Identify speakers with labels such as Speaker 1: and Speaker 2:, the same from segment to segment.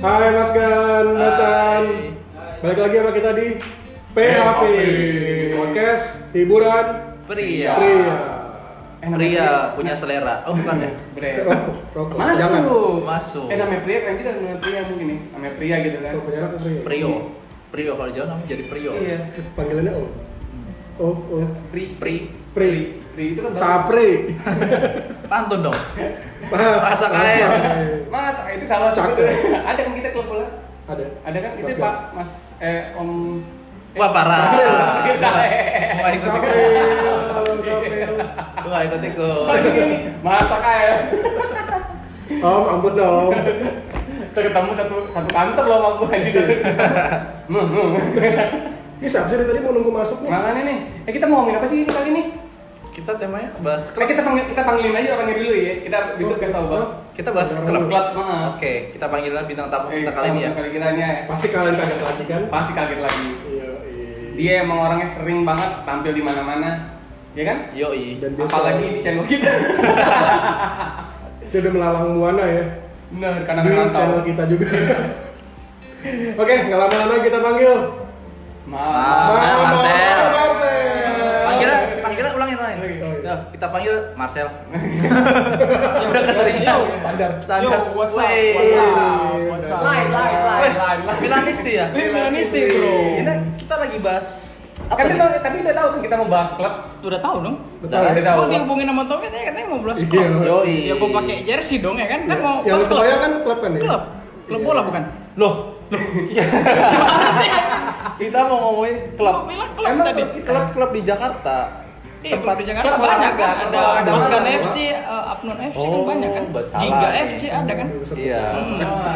Speaker 1: Hai Mas Gan, Macan. Balik lagi sama kita di PHP Podcast Hiburan
Speaker 2: Pria.
Speaker 1: Pria.
Speaker 3: Eh, namanya
Speaker 2: Pria punya selera. Oh bukan ya? Oh,
Speaker 3: Pria. Pria.
Speaker 1: Eh, Rokok, rokok.
Speaker 3: Masuk.
Speaker 1: Jangan.
Speaker 2: Masuk.
Speaker 3: Eh namanya pria kan kita namanya pria mungkin nih. Namanya pria gitu kan.
Speaker 1: Rokok penjara apa Pria?
Speaker 2: Prio. Prio kalau Jawa namanya jadi Prio.
Speaker 3: Iya.
Speaker 1: Panggilannya Om. Oh, oh.
Speaker 3: Pri.
Speaker 2: Pri.
Speaker 1: Pri.
Speaker 3: Pri itu kan
Speaker 1: Sapri.
Speaker 2: Pantun dong.
Speaker 1: Masa
Speaker 2: Masak air.
Speaker 3: Mas, ah, itu salah
Speaker 1: Cakep.
Speaker 3: satu. Ada kan kita klub bola?
Speaker 1: Ada.
Speaker 3: Ada kan itu
Speaker 1: Mas Gan.
Speaker 3: Pak Mas eh Om
Speaker 2: Wah parah.
Speaker 3: Sapri. Sapri.
Speaker 2: Wah ikut ikut.
Speaker 1: Sapri. Om Sapri.
Speaker 2: Wah ikut
Speaker 3: Oh, ini,
Speaker 2: ikut.
Speaker 3: ini. ya. Masa kayak
Speaker 1: Om, ampun dong.
Speaker 3: kita ketemu satu satu kantor loh sama gitu. gua anjir. Hmm, hmm.
Speaker 1: Ini siapa sih dari tadi mau nunggu masuk nih?
Speaker 3: Makanya nih, eh kita mau ngomongin apa sih ini kali ini?
Speaker 2: Kita temanya bahas
Speaker 3: Kalau
Speaker 2: klub.
Speaker 3: kita panggil kita panggilin aja orangnya dulu ya. Kita itu
Speaker 1: Oh,
Speaker 3: kita tahu banget.
Speaker 2: Kita bahas klub.
Speaker 3: Klub, maaf.
Speaker 2: Oke, kita panggilan bintang tamu
Speaker 3: Eh,
Speaker 2: kita kali ini ya.
Speaker 3: Kali kita nya
Speaker 1: Pasti kalian kaget lagi kan?
Speaker 3: pasti kaget lagi.
Speaker 1: Iya, iya.
Speaker 3: Dia emang orangnya sering banget tampil di mana-mana, ya kan?
Speaker 2: Yoi.
Speaker 1: Dan dia
Speaker 3: Apalagi
Speaker 1: selalu-
Speaker 3: di channel kita.
Speaker 1: dia udah melalang buana ya
Speaker 3: Bener, karena
Speaker 1: di
Speaker 3: nggak tahu.
Speaker 1: channel kita juga. Oke, nggak lama-lama kita panggil
Speaker 2: Ah,
Speaker 3: Maaf.
Speaker 1: Bang
Speaker 2: Marcel.
Speaker 1: Marcel.
Speaker 2: Panggilan, panggilan ulangin lain.
Speaker 3: Oke.
Speaker 4: Nah,
Speaker 2: kita panggil Marcel. Ya, udah keseringan.
Speaker 1: Standar.
Speaker 2: Standar.
Speaker 3: Yo, what's up?
Speaker 2: Wey.
Speaker 3: What's
Speaker 1: up? What's up?
Speaker 3: Live, live, live, live, live.
Speaker 2: Milanisti ya?
Speaker 3: Ini Milanisti, bro.
Speaker 2: Ini kita lagi bahas
Speaker 3: Kan
Speaker 2: nih?
Speaker 3: dia tahu- tapi udah tahu kan kita mau bahas klub.
Speaker 4: udah tahu dong
Speaker 1: Betul.
Speaker 4: udah
Speaker 3: Udah tahu.
Speaker 4: tahu dihubungin sama Tommy tadi katanya mau belas
Speaker 1: Iya.
Speaker 4: klub
Speaker 2: Yoi.
Speaker 4: ya gua pakai jersey dong ya kan kan mau
Speaker 1: Yang
Speaker 4: belas
Speaker 1: lu
Speaker 4: klub
Speaker 1: kebayang kan klub kan ya?
Speaker 4: klub klub
Speaker 1: Iya.
Speaker 4: bola bukan Iya.
Speaker 2: Loh, loh. kita mau ngomongin klub.
Speaker 4: Gua bilang klub
Speaker 2: Emang
Speaker 4: tadi.
Speaker 2: klub-klub di Jakarta.
Speaker 4: iya klub di Jakarta
Speaker 3: klub
Speaker 4: banyak kan
Speaker 3: olahraga,
Speaker 4: ada
Speaker 3: klub olahraga.
Speaker 4: Boskan
Speaker 1: Klub.
Speaker 4: FC eh, Abnon FC kan
Speaker 2: Oh,
Speaker 4: banyak kan
Speaker 2: buat salah.
Speaker 4: Jingga FC ada kan
Speaker 2: Iya.
Speaker 4: Hmm.
Speaker 3: Wah,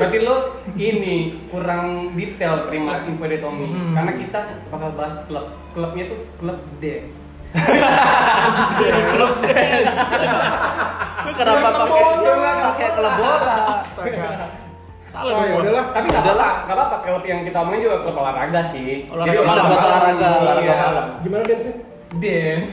Speaker 3: Berarti lo ini kurang detail terima info dari Tommy
Speaker 2: Hmm.
Speaker 3: karena kita bakal bahas klub. Klubnya tuh klub dance.
Speaker 2: Klub dance. Lu Kenapa
Speaker 1: Klub
Speaker 2: pakai
Speaker 1: bola.
Speaker 2: pakai klub bola?
Speaker 1: Astaga. Ah,
Speaker 4: Salah dong
Speaker 1: ya
Speaker 4: gua.
Speaker 1: udahlah.
Speaker 3: Tapi nggak apa-apa, nggak apa-apa. Klub yang kita omongin juga klub olahraga sih.
Speaker 4: Olahraga.
Speaker 3: Jadi
Speaker 4: Bisa
Speaker 2: buat olahraga,
Speaker 3: Iya.
Speaker 2: olahraga malam.
Speaker 1: Gimana dance-nya?
Speaker 3: Dance.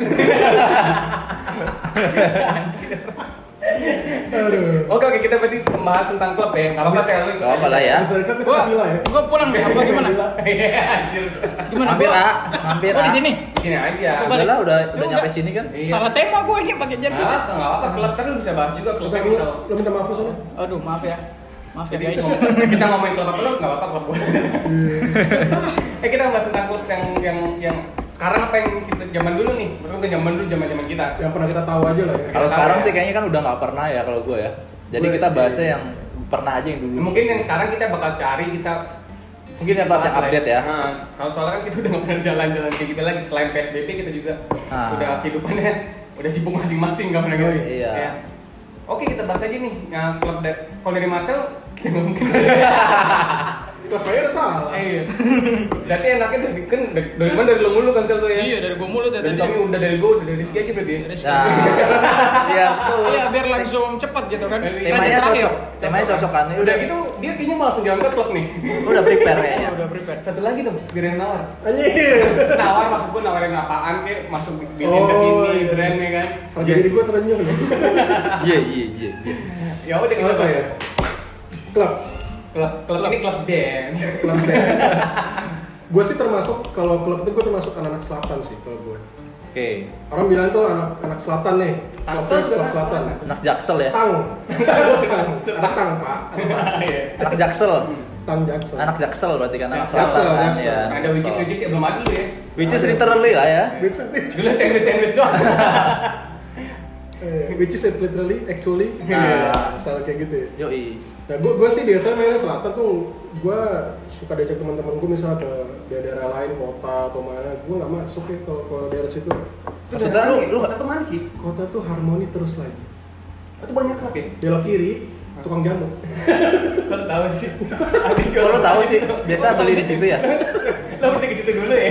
Speaker 1: Aduh.
Speaker 3: Oke oke kita berarti membahas tentang klub ya. Nggak apa-apa saya lu.
Speaker 2: Gak apa lah ya.
Speaker 1: Bisa klub itu
Speaker 4: gua
Speaker 1: gila ya.
Speaker 4: gua pulang deh gua gimana
Speaker 1: Gila.
Speaker 3: Iya anjir.
Speaker 4: gimana
Speaker 2: Hampir
Speaker 4: Gua-
Speaker 2: ah, hampir
Speaker 4: gua di
Speaker 2: ah.
Speaker 4: sini
Speaker 3: Gini aja.
Speaker 4: Apa
Speaker 2: Udah
Speaker 4: balik?
Speaker 2: lah, udah
Speaker 4: Ya
Speaker 2: udah nyampe
Speaker 4: udah.
Speaker 2: sini kan.
Speaker 3: Iya.
Speaker 4: salah tema gua ini pakai
Speaker 3: Nggak
Speaker 4: jersey
Speaker 3: apa-apa, nggak apa-apa. Klub kan lu bisa bahas juga
Speaker 1: Lu
Speaker 3: klubnya
Speaker 1: pengen-
Speaker 3: bisa.
Speaker 1: lu minta maaf lu sana.
Speaker 4: aduh maaf ya maaf ya
Speaker 3: Jadi
Speaker 4: guys
Speaker 3: kita ngomongin klub apa lu nggak apa-apa klub gua.
Speaker 4: Iya.
Speaker 3: eh kita bahas tentang klub yang yang yang sekarang apa yang kita zaman dulu nih. Menurut gua zaman dulu zaman zaman kita.
Speaker 1: Yang pernah kita tahu aja lah ya.
Speaker 2: Kalau sekarang sih kayaknya kan udah nggak pernah ya kalau gue ya. Jadi
Speaker 1: Gue-
Speaker 2: kita bahasnya yang pernah aja yang dulu.
Speaker 3: Nah, Mungkin yang sekarang kita bakal cari kita
Speaker 2: Mungkin yang update-
Speaker 3: bahas lah
Speaker 2: update ya.
Speaker 3: Nah, kalau soalnya kan kita udah nggak pernah jalan-jalan kayak gitu lagi selain PSBB kita juga
Speaker 2: Ah.
Speaker 3: udah kehidupannya udah sibuk masing-masing nggak pernah gitu.
Speaker 2: Iya.
Speaker 3: Ya. Oke kita bahas aja nih. Nah, klub da- kalau dari Marcel kita nggak mungkin.
Speaker 1: Klub aja udah salah.
Speaker 3: Eh, iya. Berarti enaknya dari kan dari dari mana dari lo mulu kan Sel tuh ya?
Speaker 4: iya dari gua mulu dari
Speaker 3: Dari
Speaker 4: tadi
Speaker 3: Tommy udah dari gue udah dari Rizky aja berarti. ya?
Speaker 4: Dari-
Speaker 2: Nah, iya tuh.
Speaker 4: iya biar langsung cepet gitu kan
Speaker 3: Temanya
Speaker 2: Temanya
Speaker 4: Terakhir.
Speaker 2: cocok, temanya cocok kan.
Speaker 3: Udah gitu dia kayaknya mau langsung jalan ke klub nih.
Speaker 2: udah prepare kayaknya.
Speaker 4: udah prepare
Speaker 3: Satu lagi dong biar yang nawar.
Speaker 1: Anjir.
Speaker 3: nawar maksud gue nawarin apaan kek masuk bilin ke
Speaker 1: Oh,
Speaker 3: sini
Speaker 1: iya.
Speaker 3: brand ya kan
Speaker 1: Harga diri gua terenyuh ya.
Speaker 2: Iya iya iya. iya.
Speaker 3: ya udah kita
Speaker 1: Apa ya? Klub.
Speaker 3: klub klub ini klub dance
Speaker 1: Klub dance. Gue sih termasuk kalau klub itu gue termasuk anak-anak selatan sih kalau gue.
Speaker 2: Oke,
Speaker 1: Orang bilang tuh anak anak selatan nih.
Speaker 3: Tangsel
Speaker 1: Klubnya
Speaker 3: juga
Speaker 1: klub
Speaker 3: anak
Speaker 1: selatan.
Speaker 3: selatan.
Speaker 2: anak jaksel ya.
Speaker 1: Tang. Tang. Ada tang, Pak. Ada tang.
Speaker 3: Iya.
Speaker 2: Anak jaksel.
Speaker 1: Tang Jackson.
Speaker 2: Anak jaksel berarti kan anak
Speaker 3: Jaksel,
Speaker 2: selatan kan
Speaker 1: Jaksel.
Speaker 2: ya.
Speaker 3: ada wikis wikis ya belum ada dulu ya
Speaker 2: Which is literally lah ya.
Speaker 1: Which is,
Speaker 3: dulu sandwich sandwich doang
Speaker 1: eh, which is literally actually Iya,
Speaker 2: Nah.
Speaker 1: misalnya kayak gitu ya.
Speaker 2: Yoi.
Speaker 1: Nah, gue sih biasanya mainnya selatan tuh gue suka diajak teman-teman gue misalnya ke daerah lain kota atau mana gue nggak masuk ya kalau kalau daerah situ
Speaker 2: Maksudnya lu lu
Speaker 3: satu mana sih
Speaker 1: kota tuh harmoni terus lagi
Speaker 3: itu banyak klub ya
Speaker 1: belok kiri tukang jamu
Speaker 3: kalau tahu sih Adik gua
Speaker 2: Oh, lu tahu
Speaker 3: orang
Speaker 2: sih,
Speaker 3: itu.
Speaker 2: biasa beli di situ ya?
Speaker 3: lo berarti ke situ dulu ya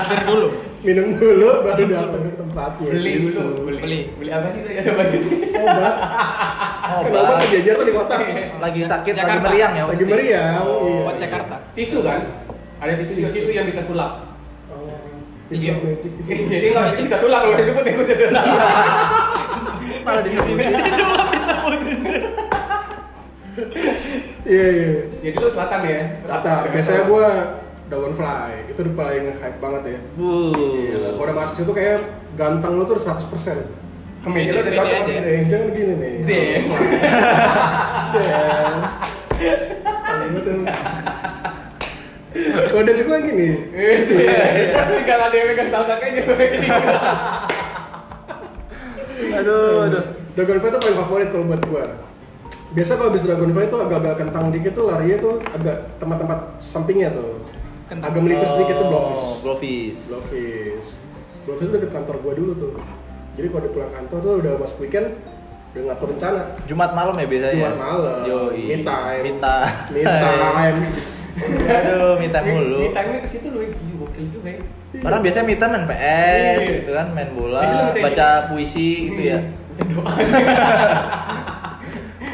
Speaker 4: hampir dulu
Speaker 1: minum dulu baru datang ke tempatnya
Speaker 3: beli
Speaker 1: Gitu.
Speaker 3: dulu
Speaker 4: Beli.
Speaker 3: beli apa sih itu ada apa sih
Speaker 1: obat
Speaker 2: Oh,
Speaker 1: kan obat
Speaker 2: Bang.
Speaker 1: dijajar tuh di kota
Speaker 2: lagi sakit, lagi
Speaker 4: Jakarta.
Speaker 2: meriang ya.
Speaker 1: lagi meriang
Speaker 3: Oh,
Speaker 1: iya.
Speaker 4: buat Jakarta
Speaker 3: tisu kan ada tisu juga tisu yang bisa sulap
Speaker 1: Oh,
Speaker 3: Iya.
Speaker 1: tisu magic gitu.
Speaker 3: jadi nggak bisa sulap kalau disebut ya bisa sulap
Speaker 2: Malah di sini.
Speaker 4: cuma bisa
Speaker 1: Iya, iya.
Speaker 3: Jadi lu selatan ya?
Speaker 1: Catar. Biasanya gue Dragonfly, itu udah paling hype banget ya.
Speaker 3: Iya.
Speaker 1: Gila,
Speaker 2: Wuh.
Speaker 1: kalau udah masuk situ kayak ganteng lo tuh udah 100%.
Speaker 3: kemeja lu udah
Speaker 4: Ini
Speaker 3: cocok
Speaker 4: aja.
Speaker 3: gitu
Speaker 1: Eh, jangan gini nih.
Speaker 3: Dance.
Speaker 1: Dance. Kalau dance gue gini.
Speaker 3: Iya, tapi kalau dia megang salsak aja ini.
Speaker 2: Aduh, aduh.
Speaker 1: Dragonfly itu paling favorit kalau buat gue. Biasa kalau habis Dragonfly itu agak-agak kentang dikit tuh larinya tuh agak tempat-tempat sampingnya tuh.
Speaker 4: Kentang.
Speaker 1: Agak melipir sedikit tuh blowfish.
Speaker 2: Oh, Blowfish.
Speaker 1: Blowfish. Blowfish deket kantor gue dulu tuh. Jadi kalau udah pulang kantor tuh udah masuk weekend udah ngatur rencana.
Speaker 2: Jumat malam ya biasanya.
Speaker 1: Jumat malam,
Speaker 2: Yoi.
Speaker 1: me time.
Speaker 2: Me time.
Speaker 1: Me time.
Speaker 2: Aduh, me time mulu.
Speaker 3: Ini time-nya ke situ lu ya, gila, gokil juga ya.
Speaker 2: Orang biasanya me time main PS
Speaker 3: Iya.
Speaker 2: gitu kan, main
Speaker 3: Jadi lu
Speaker 2: bola,
Speaker 3: me time
Speaker 2: baca puisi gitu ya.
Speaker 3: Baca Iya, doa.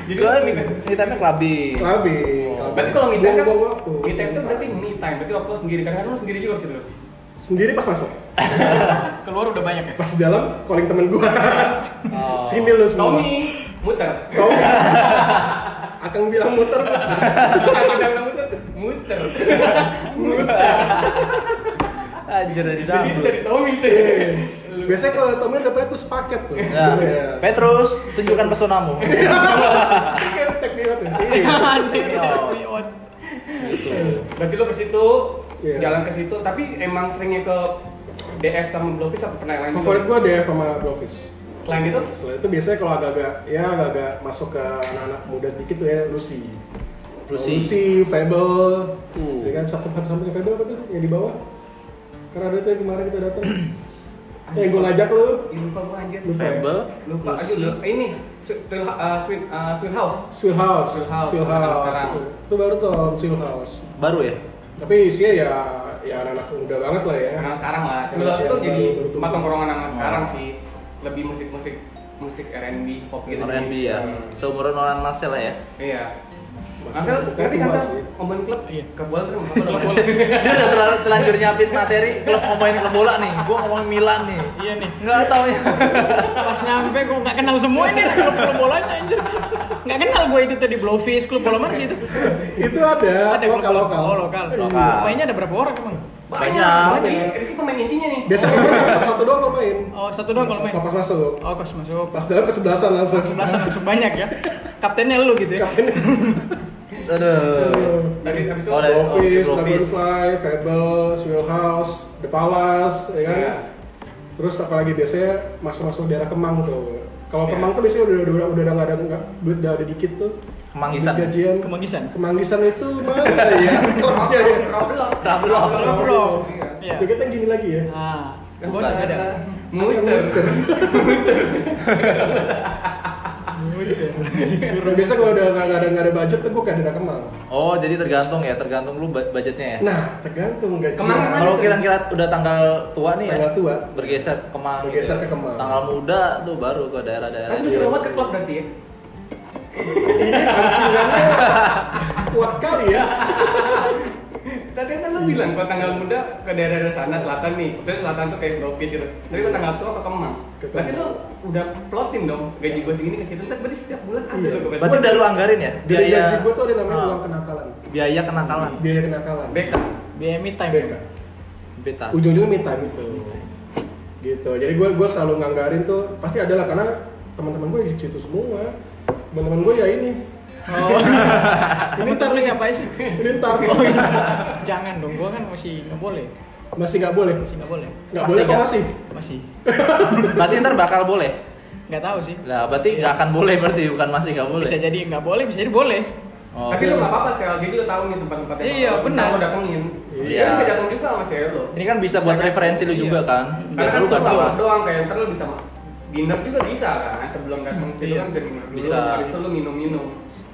Speaker 3: Jadi
Speaker 2: Gue me time-nya clubbing.
Speaker 1: Klabi.
Speaker 3: Berarti kalau me time kan,
Speaker 1: Buang-buang waktu.
Speaker 3: me time itu berarti me time, berarti waktu lu sendiri, karena kan lu sendiri juga sih lu.
Speaker 1: sendiri pas masuk.
Speaker 4: Keluar udah banyak ya.
Speaker 1: Pas di dalam calling temen gua.
Speaker 2: Oh.
Speaker 1: Sini lu semua.
Speaker 3: Tommy, muter.
Speaker 1: Tommy. Akang bilang muter.
Speaker 3: Kadang-kadang muter, muter.
Speaker 2: Anjir dari
Speaker 3: Jadi itu dari Tommy itu.
Speaker 1: Iya.
Speaker 3: Lu-
Speaker 1: Biasanya kalau Tommy dapetnya tuh sepaket tuh.
Speaker 2: Nah,
Speaker 1: Biasanya.
Speaker 2: Petrus, tunjukkan pesonamu.
Speaker 1: Iya kan? Kayak tek banget ya.
Speaker 4: Anjing. Iya,
Speaker 2: Neon.
Speaker 3: Berarti lo ke situ,
Speaker 1: Iya.
Speaker 3: jalan ke situ, tapi emang seringnya ke DF sama Blowfish apa pernah yang lain?
Speaker 1: Favorit gua DF sama Blowfish.
Speaker 3: Selain itu,
Speaker 1: Selain itu biasanya kalau agak-agak ya agak-agak masuk ke anak-anak muda dikit tuh ya Lucy.
Speaker 2: Lucy.
Speaker 1: Lucy, Fable.
Speaker 2: Uh.
Speaker 1: Ya kan satu satu Fable apa tuh yang di bawah? Karena ada tuh yang kemarin kita datang. eh gua ngajak lu.
Speaker 3: Ih, lupa gua anjir.
Speaker 1: Lupa. ya?
Speaker 2: Fable,
Speaker 3: Lupa aja
Speaker 2: Lucy.
Speaker 3: lu- Ini, Sweet, uh, sweet, uh, sweet House.
Speaker 1: Swill House,
Speaker 3: Swill House.
Speaker 1: Swill House.
Speaker 3: Sekarang.
Speaker 1: Itu baru tuh Swill House.
Speaker 2: Baru ya?
Speaker 1: Tapi isinya ya ya anak-anak muda banget lah ya.
Speaker 3: Karena sekarang lah.
Speaker 2: Iya,
Speaker 1: Karena
Speaker 3: Sebelum itu
Speaker 1: sekarang
Speaker 3: jadi
Speaker 1: baru- baru
Speaker 3: tempat
Speaker 1: tumbuh.
Speaker 3: tongkrongan sama
Speaker 2: Oh.
Speaker 3: sekarang sih. Lebih musik-musik musik R&B, pop gitu. sih.
Speaker 2: R&B
Speaker 1: Iya.
Speaker 2: ya.
Speaker 3: Hmm.
Speaker 2: Seumuran orang Marcel lah ya.
Speaker 3: Iya.
Speaker 1: Masih
Speaker 3: Kansel,
Speaker 1: bukan
Speaker 3: berarti
Speaker 1: tua
Speaker 3: Kansel
Speaker 1: sih.
Speaker 3: ngomongin klub,
Speaker 4: Iya.
Speaker 3: ke bola terus ngomongin klub.
Speaker 2: Dia udah terlalu telanjur nyiapin materi, klub ngomongin klub bola nih, gua ngomongin Milan nih.
Speaker 4: Iya nih.
Speaker 2: Enggak tahu ya.
Speaker 4: Pas nyampe gue nggak kenal semua ini klub-klub bolanya anjir. Nggak kenal gue itu tadi Blowfish, klub bola mana sih itu?
Speaker 1: Itu ada,
Speaker 4: Ada klub-
Speaker 1: lokal-lokal.
Speaker 4: Oh, lokal.
Speaker 2: Lokal.
Speaker 4: Mainnya ada berapa orang emang?
Speaker 2: Banyak.
Speaker 3: Banyak. Rizky pemain intinya nih.
Speaker 1: Biasanya kan satu doang kalau main.
Speaker 4: Oh, satu doang kalau main.
Speaker 1: Kalau Pas masuk.
Speaker 4: Oh, kos masuk.
Speaker 1: Pas dalam kesebelasan langsung.
Speaker 4: Sebelasan langsung banyak ya. Kaptennya lu gitu ya.
Speaker 1: Kapten
Speaker 2: Aduh.
Speaker 3: Tadi habis itu
Speaker 2: Oh, dari-
Speaker 1: Office,
Speaker 2: oh, Office.
Speaker 1: Dragonfly, Fable, Swill House, The Palace, ya kan?
Speaker 3: Iya.
Speaker 1: Terus apalagi biasanya masuk-masuk daerah Kemang tuh. Kalau
Speaker 3: Iya.
Speaker 1: Kemang tuh biasanya udah udah udah nggak ada nggak duit udah ada dikit tuh.
Speaker 2: Kemanggisan.
Speaker 1: Habis Gajian.
Speaker 4: Kemanggisan.
Speaker 1: Kemanggisan itu mana ya?
Speaker 2: Iya,
Speaker 1: Klubnya ya.
Speaker 3: Problem.
Speaker 2: Problem.
Speaker 1: Problem.
Speaker 3: Iya.
Speaker 4: Iya.
Speaker 1: Deket yang gini lagi ya.
Speaker 4: Nah,
Speaker 3: Kan
Speaker 4: gue
Speaker 2: Bukan.
Speaker 4: udah ada.
Speaker 3: Muter.
Speaker 1: Biasa kalau udah nggak nggak ada nggak ada budget tuh gue kayak daerah Kemang.
Speaker 2: Oh, jadi tergantung ya, tergantung lu bu- budgetnya ya.
Speaker 1: Nah tergantung gaji.
Speaker 3: Kemang mana?
Speaker 2: Kalau kira-kira udah tanggal tua nih ya.
Speaker 1: Tanggal tua.
Speaker 2: Bergeser ke Kemang. gitu.
Speaker 1: Bergeser ke Kemang.
Speaker 2: Tanggal muda tuh baru ke daerah-daerah.
Speaker 3: Kan bisa lewat ke klub berarti ya.
Speaker 1: Ini pancingannya kuat kali ya.
Speaker 3: Tadi kan lo bilang kalau tanggal muda ke daerah-daerah sana selatan nih. Maksudnya selatan tuh kayak profit gitu. Tapi kalau tanggal tua ke
Speaker 1: Ke
Speaker 3: Kemang.
Speaker 1: Kemang.
Speaker 3: Berarti lo udah plotin dong gaji gue segini ke situ. Ntar Berarti setiap bulan ada
Speaker 1: Iya.
Speaker 3: lo ke
Speaker 2: Berarti udah lu anggarin ya?
Speaker 1: Dari
Speaker 2: Biaya
Speaker 1: gaji gue tuh ada namanya
Speaker 2: Ah,
Speaker 1: uang kenakalan.
Speaker 2: biaya kenakalan.
Speaker 1: Biaya kenakalan.
Speaker 3: BK.
Speaker 4: BMI time. ya.
Speaker 1: BK.
Speaker 2: Beta.
Speaker 1: Ujung-ujungnya minta gitu. Gitu. Jadi gue gue selalu nganggarin tuh pasti ada lah karena teman-teman gue di situ semua. Teman-teman gue ya ini.
Speaker 4: Oh.
Speaker 1: Ini
Speaker 4: Ini
Speaker 1: ntar
Speaker 4: terus
Speaker 1: nih.
Speaker 4: siapa sih?
Speaker 1: Ini ntar
Speaker 2: Oh, iya.
Speaker 4: Jangan dong, gue kan masih nggak boleh.
Speaker 1: masih nggak boleh.
Speaker 4: Masih nggak boleh.
Speaker 1: Nggak
Speaker 2: Masih
Speaker 1: boleh apa
Speaker 2: nggak?
Speaker 1: masih?
Speaker 4: Masih.
Speaker 2: Berarti ntar bakal boleh.
Speaker 4: Nggak tahu sih.
Speaker 2: Lah, berarti nggak akan boleh berarti bukan masih nggak boleh.
Speaker 4: Bisa jadi nggak boleh, bisa jadi boleh.
Speaker 2: Oh.
Speaker 3: Tapi lo gak apa-apa sih, jadi lo tau nih tempat-tempat
Speaker 4: Iya, benar.
Speaker 3: lo datengin.
Speaker 2: Iya.
Speaker 3: Kan bisa datang juga sama cewek lo.
Speaker 2: Ini kan bisa buat
Speaker 4: Bisa kan?
Speaker 2: referensi lu
Speaker 4: Iya.
Speaker 2: juga kan.
Speaker 3: Karena
Speaker 2: Biar
Speaker 3: kan
Speaker 2: lu gak
Speaker 3: selalu
Speaker 2: salah.
Speaker 3: doang kayak ntar lo bisa ma- dinner juga bisa kan sebelum datang ke situ
Speaker 4: Iya.
Speaker 3: kan bisa dinner dulu.
Speaker 2: Bisa.
Speaker 3: Habis itu lo minum-minum.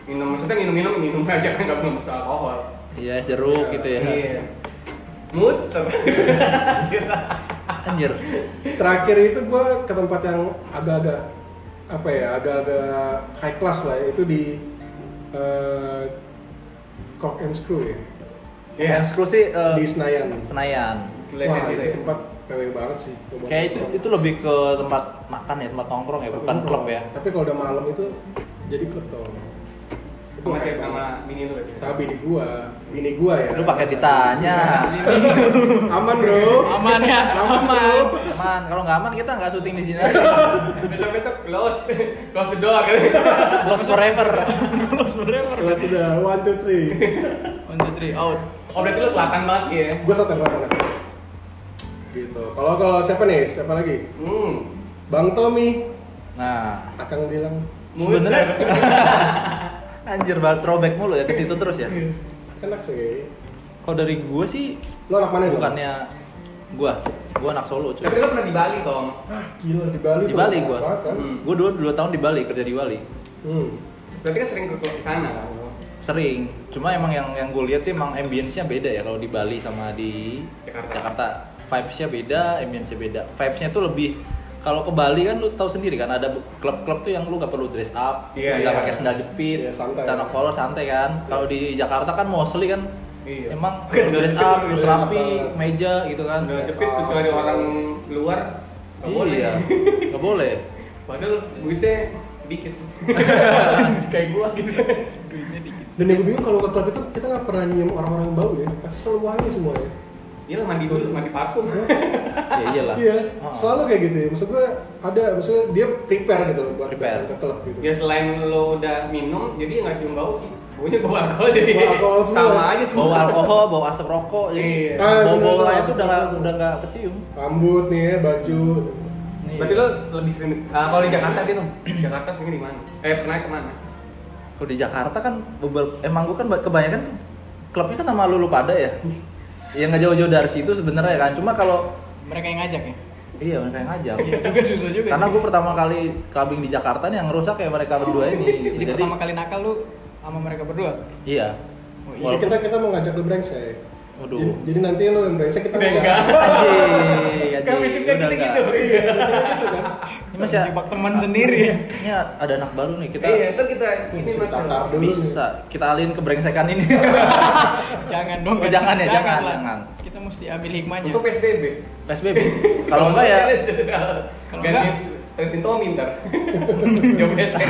Speaker 3: Minum maksudnya minum-minum minum aja kan nggak perlu masalah alkohol.
Speaker 2: Iya, jeruk gitu ya.
Speaker 3: Iya. Muter.
Speaker 2: Ah, Anjir.
Speaker 1: Terakhir itu gue ke tempat yang agak-agak apa ya agak-agak high class lah ya. itu di eh, Cock and Screw ya
Speaker 2: Eh.
Speaker 3: Iya.
Speaker 2: Yang screw sih eh,
Speaker 1: di Senayan.
Speaker 2: Senayan.
Speaker 1: Wah
Speaker 3: Selection gitu
Speaker 1: itu
Speaker 3: ya.
Speaker 1: tempat PW banget sih. Gua
Speaker 2: Kayak itu,
Speaker 1: banget.
Speaker 2: itu lebih ke tempat makan ya, tempat nongkrong ya,
Speaker 1: Tapi
Speaker 2: bukan
Speaker 1: kalau-
Speaker 2: klub ya.
Speaker 1: Tapi kalau udah malam itu jadi klub tau.
Speaker 3: Sama cewek sama mini lu berarti.
Speaker 1: sama bini gua bini gua ya
Speaker 2: Lu pakai ditanya.
Speaker 1: aman bro
Speaker 4: Aman ya,
Speaker 1: aman bro
Speaker 4: aman.
Speaker 2: Aman, kalau nggak aman kita nggak syuting di sini aja.
Speaker 3: Besok besok close close the door kali.
Speaker 2: Lost forever.
Speaker 4: Kalau forever.
Speaker 1: Kalau tidak one two three
Speaker 4: One two three out.
Speaker 3: Oh berarti lu selatan banget ya.
Speaker 1: gua satu rata gitu kalau kalau siapa nih siapa lagi
Speaker 3: Hmm.
Speaker 1: bang Tommy
Speaker 2: Nah,
Speaker 1: akan bilang
Speaker 3: Mulut
Speaker 2: Sebenarnya-
Speaker 3: dah.
Speaker 2: anjir banget throwback mulu ya ke situ terus ya.
Speaker 1: enak tuh kayaknya
Speaker 2: Kalau dari gue sih
Speaker 1: lo anak mana nih, Bang?
Speaker 2: bukannya gue, gue anak Solo cuy.
Speaker 3: Tapi lu pernah di Bali Tom.
Speaker 1: ah gila di Bali
Speaker 2: Di
Speaker 1: tuh
Speaker 2: Bali
Speaker 1: enak
Speaker 2: gua.
Speaker 1: banget kan
Speaker 3: Hmm.
Speaker 2: Gue dua dua tahun di Bali kerja di Bali.
Speaker 1: hmm.
Speaker 3: Berarti kan sering keluar ke sana kan. lu?
Speaker 2: Sering. Cuma emang yang yang gue lihat sih emang ambience-nya beda ya kalau di Bali sama di
Speaker 3: Jakarta.
Speaker 2: Jakarta. Vibes-nya beda, ambience-nya beda. Vibes-nya tuh lebih kalau ke Bali kan lu tahu sendiri kan ada klub-klub tuh yang lu gak perlu dress up,
Speaker 3: Iya,
Speaker 2: nggak
Speaker 1: iya.
Speaker 2: pakai sendal jepit,
Speaker 1: Iya, santai. Iya.
Speaker 2: celana kolor santai kan. Kalau di Jakarta kan mostly kan
Speaker 3: Iya.
Speaker 2: emang
Speaker 3: Iya,
Speaker 2: lu dress
Speaker 3: dress
Speaker 2: up,
Speaker 3: up,
Speaker 2: terus
Speaker 1: dress up
Speaker 2: rapi,
Speaker 1: banget.
Speaker 2: meja gitu kan.
Speaker 3: Udah
Speaker 1: Iya.
Speaker 3: jepit kecuali orang luar. Gak boleh.
Speaker 2: Iya, nggak boleh.
Speaker 3: Padahal duitnya dikit sih. Kayak gua gitu. Duitnya dikit.
Speaker 1: dan yang gue bingung kalau ke klub itu kita nggak pernah nyium orang-orang yang bau ya pasti selalu wangi semuanya
Speaker 3: Iya mandi dulu, mandi parfum.
Speaker 2: Ya iyalah.
Speaker 1: iya
Speaker 2: Oh.
Speaker 1: selalu kayak gitu ya maksud gue ada maksudnya dia prepare gitu loh buat
Speaker 2: Prepare. Iya.
Speaker 1: datang ke klub gitu
Speaker 3: ya selain lo udah minum, jadi nggak cium bau. Baunya bau alkohol jadi
Speaker 1: Bau alkohol semua.
Speaker 3: sama aja semua.
Speaker 2: bau alkohol, bau asap rokok, jadi
Speaker 3: Iya.
Speaker 1: Ah,
Speaker 2: bau bau
Speaker 1: bener,
Speaker 2: lain
Speaker 1: asap
Speaker 2: tuh udah nggak
Speaker 1: rokok.
Speaker 2: udah nggak kecium.
Speaker 1: rambut nih ya, baju
Speaker 4: Iya.
Speaker 2: Nih.
Speaker 3: Berarti lo lebih sering ah, kalau di Jakarta dia tuh. Jakarta sering di mana? Eh pernah kemana?
Speaker 2: Kalau di Jakarta kan bebel- emang gua kan ba- kebanyakan klubnya kan sama lulu pada ya. Ya nggak jauh-jauh dari situ sebenarnya kan. Cuma kalau
Speaker 4: Mereka yang ngajak ya.
Speaker 2: iya mereka yang ngajak.
Speaker 4: Iya juga susah juga.
Speaker 2: Karena gue pertama kali clubbing di Jakarta nih yang rusak ya mereka berdua ini.
Speaker 4: Oh, iya, jadi,
Speaker 2: gitu. Jadi,
Speaker 4: pertama kali nakal lu sama mereka berdua.
Speaker 2: iya.
Speaker 4: Oh, iya.
Speaker 1: jadi kita kita mau ngajak lu brengsek
Speaker 2: Waduh.
Speaker 1: jadi, jadi nanti lu yang brengsek kita
Speaker 3: Udah
Speaker 1: mau
Speaker 3: enggak.
Speaker 2: Anjing,
Speaker 3: Kan
Speaker 2: anjing,
Speaker 3: prinsipnya
Speaker 2: udah
Speaker 3: gitu-gitu.
Speaker 2: nggak.
Speaker 1: iya maksudnya gitu kan
Speaker 2: Ini masih Iya.
Speaker 4: Jebak teman sendiri ya.
Speaker 2: ini ada anak baru nih kita
Speaker 3: Iya, itu kita ini
Speaker 1: mesti
Speaker 3: macam.
Speaker 1: tatar dulu nih.
Speaker 2: bisa kita alihin ke brengsekan ini.
Speaker 4: Jangan dong.
Speaker 2: Oh, jangan ya, jangan,
Speaker 4: lah.
Speaker 2: jangan.
Speaker 4: Kita mesti ambil hikmahnya.
Speaker 3: Untuk PSBB.
Speaker 2: PSBB. Kalau enggak ya
Speaker 4: Kalau
Speaker 3: kalau
Speaker 4: enggak-
Speaker 3: enggak Gantiin Tommy ntar Jom besek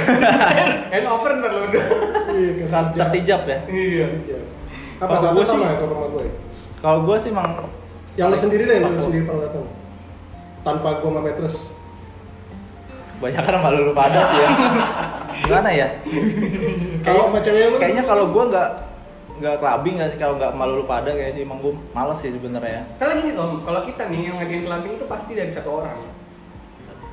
Speaker 3: Hand over ntar lo udah
Speaker 1: iya kan.
Speaker 2: sat- satijab ya.
Speaker 3: Iya
Speaker 1: Iya. apa
Speaker 2: Kalau
Speaker 1: satu
Speaker 2: gua
Speaker 1: sama
Speaker 2: sih-
Speaker 1: ya kalau sama gue
Speaker 2: Kalau gue sih emang
Speaker 1: yang lu sendiri deh yang lu
Speaker 2: Favorit.
Speaker 1: sendiri pernah datang tanpa gue sama Petrus
Speaker 2: kebanyakan sama lu pada sih ya. Gimana ya?
Speaker 1: Iya, kalau sama cewek lu
Speaker 2: Kayaknya kalau gue nggak nggak clubbing nggak- kalau nggak malu lu pada kayak sih emang gue males sih sebenarnya
Speaker 3: Salah gini Tom, kalau kita nih yang ngadain clubbing itu pasti dari satu orang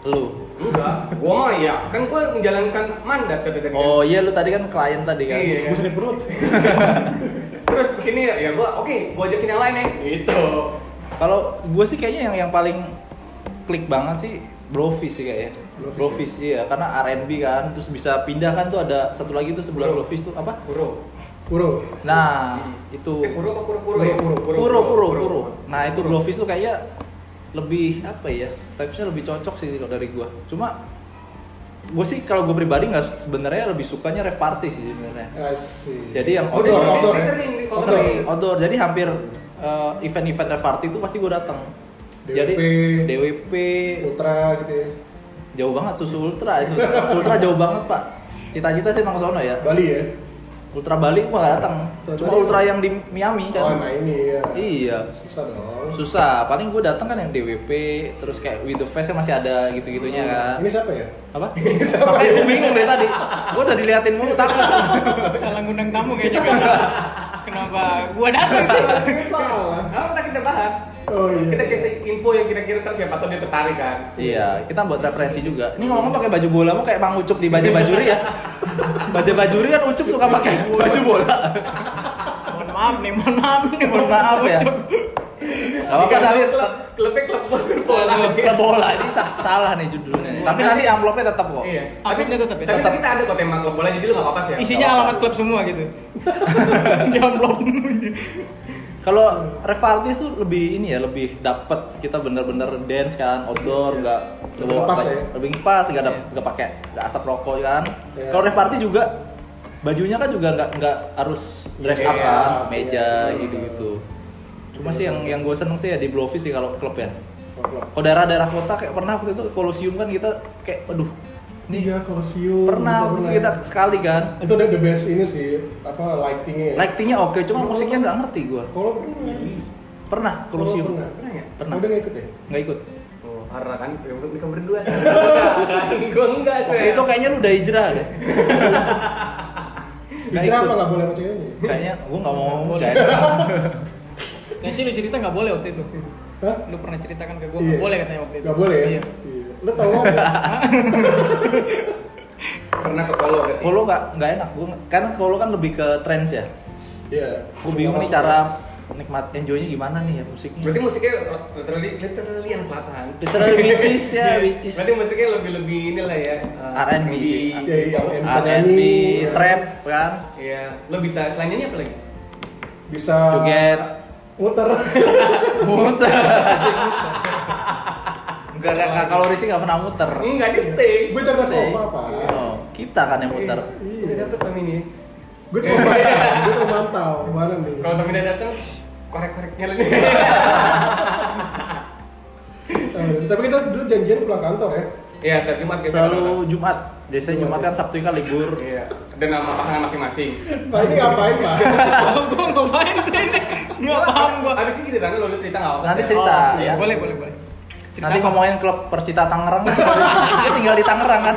Speaker 2: lu
Speaker 3: Enggak, gua mah ya Kan gua menjalankan mandat kata tadi kan.
Speaker 2: oh iya lu tadi kan klien tadi kan
Speaker 3: Iya.
Speaker 1: gue sakit perut
Speaker 3: Terus begini ya, ya gua oke, gua ajakin yang lain ya Gitu
Speaker 2: kalau gue sih kayaknya yang yang paling klik banget sih Brofis sih kayaknya
Speaker 1: Brofist ya?
Speaker 2: Brofis iya karena R&B kan terus bisa pindah kan tuh ada satu lagi tuh sebelah
Speaker 3: Bro.
Speaker 2: Brofis tuh apa
Speaker 3: Kuro
Speaker 1: Kuro
Speaker 2: nah
Speaker 3: Hmm.
Speaker 2: itu
Speaker 3: Eh kuro apa kuro-kuro ya?
Speaker 1: Kuro,
Speaker 2: puro puro puro, nah itu
Speaker 3: Kuro.
Speaker 2: Blowfish tuh kayaknya lebih apa ya vibesnya lebih cocok sih kalau dari gua cuma gue sih kalau gue pribadi nggak su- sebenarnya lebih sukanya rave party sih sebenarnya
Speaker 1: Asik.
Speaker 2: Jadi yang
Speaker 3: Oh,
Speaker 1: outdoor,
Speaker 3: dia-
Speaker 1: outdoor,
Speaker 3: dia
Speaker 1: ya?
Speaker 3: sering, dia
Speaker 1: Outdoor.
Speaker 3: sering.
Speaker 2: outdoor jadi hampir eh, event-event rave party itu pasti gue datang jadi
Speaker 1: DWP.
Speaker 2: DWP
Speaker 1: ultra gitu ya.
Speaker 2: jauh banget susu ultra itu ultra jauh banget pak cita-cita sih emang ke sono ya
Speaker 1: Bali ya.
Speaker 2: ultra Bali gue nggak datang
Speaker 1: Ultra
Speaker 2: cuma
Speaker 1: Bali. ya?
Speaker 2: ultra yang di Miami
Speaker 1: Oh,
Speaker 2: kan
Speaker 1: nah ini ya.
Speaker 2: iya
Speaker 1: Susah dong.
Speaker 2: susah paling gue datang kan yang DWP terus kayak with the face masih ada gitu gitunya kan
Speaker 1: Ini siapa ya?
Speaker 2: apa makanya gue bingung dari tadi gue udah diliatin mulu takut
Speaker 4: Salah ngundang tamu kayaknya. Kenapa, kenapa gua datang sih?
Speaker 1: Ini salah.
Speaker 3: Nah, nanti kita bahas.
Speaker 1: Oh, iya.
Speaker 3: Kita kasih info yang kira-kira ntar siapa tahu dia tertarik kan.
Speaker 2: iya kita buat referensi juga ini ngomong pakai baju bola mau kayak bang ucup di baja bajuri ya baja bajuri kan ucup suka pakai baju bola
Speaker 4: Mohon maaf nih, mohon maaf nih,
Speaker 2: mohon maaf ya Gak apa-apa tapi
Speaker 3: klub klubnya klub bola.
Speaker 2: klub bola ini sa- salah nih judulnya tapi nanti amplopnya tetap kok
Speaker 3: Iya.
Speaker 4: Tapi dia tetap ya?
Speaker 3: Tapi
Speaker 2: Tetap.
Speaker 3: kita ada kok tema klub bola jadi lu enggak apa-apa sih. ya?
Speaker 4: Isinya alamat klub semua gitu. Di amplop.
Speaker 2: Kalau rave artis tuh lebih ini ya, lebih dapet kita bener-bener dance kan, outdoor,
Speaker 1: Iya.
Speaker 2: nggak
Speaker 1: Lebih ngepas ya.
Speaker 2: lebih ngepas, nggak ada nggak pakai nggak asap rokok kan.
Speaker 1: Iya.
Speaker 2: Kalau rave artis juga bajunya kan juga nggak nggak harus dress
Speaker 3: Iya,
Speaker 2: up kan,
Speaker 1: iya,
Speaker 2: meja
Speaker 1: betul,
Speaker 2: gitu-gitu. Cuma
Speaker 1: Iya,
Speaker 2: sih yang yang gue seneng sih ya di Blowfish sih kalau klub ya.
Speaker 1: Klub-klub.
Speaker 2: Kalau daerah-daerah kota kayak pernah waktu itu kolosium kan kita kayak, aduh
Speaker 1: Iya, Colosseum.
Speaker 2: Pernah,
Speaker 1: Itu
Speaker 2: waktu kita sekali kan.
Speaker 1: Itu udah the best ini sih, apa lightingnya ya.
Speaker 2: Lightingnya oke, cuma musiknya nggak ngerti gua.
Speaker 1: Kalau pernah.
Speaker 2: Pernah
Speaker 1: Kalau Oh,
Speaker 2: Colosseum.
Speaker 1: pernah.
Speaker 3: Pernah nggak?
Speaker 2: Pernah.
Speaker 1: Udah nggak ikut ya?
Speaker 2: Nggak ikut.
Speaker 3: Oh, karena kan ya, udah nikah berdua. Gue enggak sih.
Speaker 2: Waktu itu kayaknya lu udah hijrah deh. Nggak
Speaker 1: Dikira apa
Speaker 2: ikut.
Speaker 1: nggak boleh sama ceweknya?
Speaker 2: Kayaknya gua nggak mau ngomong gitu.
Speaker 4: Boleh.
Speaker 2: nggak enak.
Speaker 4: Kayak sih lu cerita nggak boleh waktu itu.
Speaker 1: Hah?
Speaker 4: Lu pernah ceritakan ke gue
Speaker 1: Iya.
Speaker 4: nggak boleh katanya waktu itu.
Speaker 1: Nggak boleh ya?
Speaker 4: Iya.
Speaker 1: Iya. Lu tau nggak?
Speaker 3: pernah ke Polo berarti.
Speaker 2: Kalau nggak nggak enak gua nggak- karena kalau kan lebih ke trends ya.
Speaker 1: Iya.
Speaker 2: Gua bingung nih cara nikmat enjoy-nya gimana nih ya musiknya.
Speaker 3: Berarti musiknya literally literally yang selatan.
Speaker 2: Literally witches ya, witches.
Speaker 3: Berarti musiknya lebih-lebih inilah ya. eh,
Speaker 2: R&B sih.
Speaker 1: Ya, iya, yang bisa
Speaker 2: R&B,
Speaker 1: nyanyi.
Speaker 2: trap kan.
Speaker 3: Iya. Lo bisa selanjutnya apa lagi?
Speaker 1: Bisa
Speaker 2: Joget. Iya.
Speaker 1: muter.
Speaker 2: Muter. Enggak, enggak, enggak. kalau Rizky enggak pernah muter.
Speaker 3: Enggak di stay.
Speaker 1: Gue jaga sofa, Pak.
Speaker 2: Oh, kita kan yang muter.
Speaker 3: Udah
Speaker 1: Iya.
Speaker 3: dapet Tommy nih.
Speaker 1: Gue
Speaker 2: Iya.
Speaker 1: cuma mantau, gue cuma mantau mana nih.
Speaker 3: Kalau Tommy udah datang, korek-koreknya lagi.
Speaker 2: gitu
Speaker 1: Eh, Tapi kita dulu janjian pulang kantor ya.
Speaker 3: Iya, setiap Jumat kita datang.
Speaker 2: Selalu Jumat. Biasanya Jumat kan Sabtu kan libur.
Speaker 3: Iya. Dan nama pasangan masing-masing.
Speaker 1: Pak
Speaker 2: Iya.
Speaker 1: ini ngapain Pak?
Speaker 4: Kalau gue ngapain sih ini? Nggak paham gue.
Speaker 3: Abis ini cerita lo lu cerita nggak apa-apa.
Speaker 2: Nanti
Speaker 3: Sel.
Speaker 2: cerita.
Speaker 4: Oh,
Speaker 2: ya.
Speaker 4: Boleh boleh boleh. Cerita
Speaker 2: Nanti
Speaker 4: apa?
Speaker 2: ngomongin klub Persita Tangerang. Dia tinggal di Tangerang kan.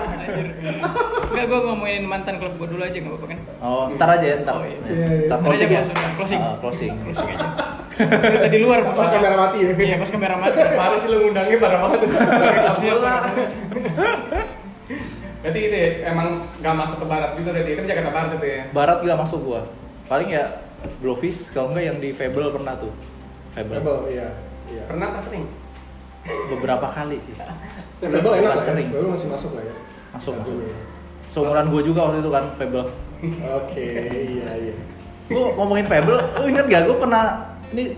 Speaker 4: Enggak, gue ngomongin mantan klub gue dulu aja nggak apa-apa kan?
Speaker 2: Oh, ntar aja ya, ntar.
Speaker 4: Oh, iya.
Speaker 1: Iya, iya.
Speaker 2: Ntar
Speaker 4: Ntar
Speaker 2: closing
Speaker 4: aja
Speaker 2: ya.
Speaker 4: langsung, ya. Closing.
Speaker 2: Ah, closing.
Speaker 4: Closing aja. Saya tadi luar
Speaker 1: Pas kamera mati ya.
Speaker 4: Iya, pas kamera mati.
Speaker 3: Parah sih lo ngundangnya parah banget.
Speaker 4: Iya,
Speaker 3: Iya
Speaker 4: parah.
Speaker 3: Berarti itu ya, emang nggak masuk ke barat gitu berarti kan Jakarta Barat itu ya.
Speaker 2: Barat gila masuk gua. Paling ya Blowfish kalau enggak yang di Fable pernah tuh. Fable.
Speaker 1: Table, iya. Iya.
Speaker 3: Pernah apa sering?
Speaker 2: Beberapa kali sih.
Speaker 1: Ya, Fable enak lah ya.
Speaker 2: Sering.
Speaker 1: Fable masih masuk lah ya.
Speaker 2: Masuk,
Speaker 1: Lagu
Speaker 2: masuk.
Speaker 1: ya.
Speaker 2: Seumuran gua juga waktu itu kan Fable.
Speaker 1: Oke, iya iya.
Speaker 2: Gua ngomongin Fable, lu inget gak gua pernah ini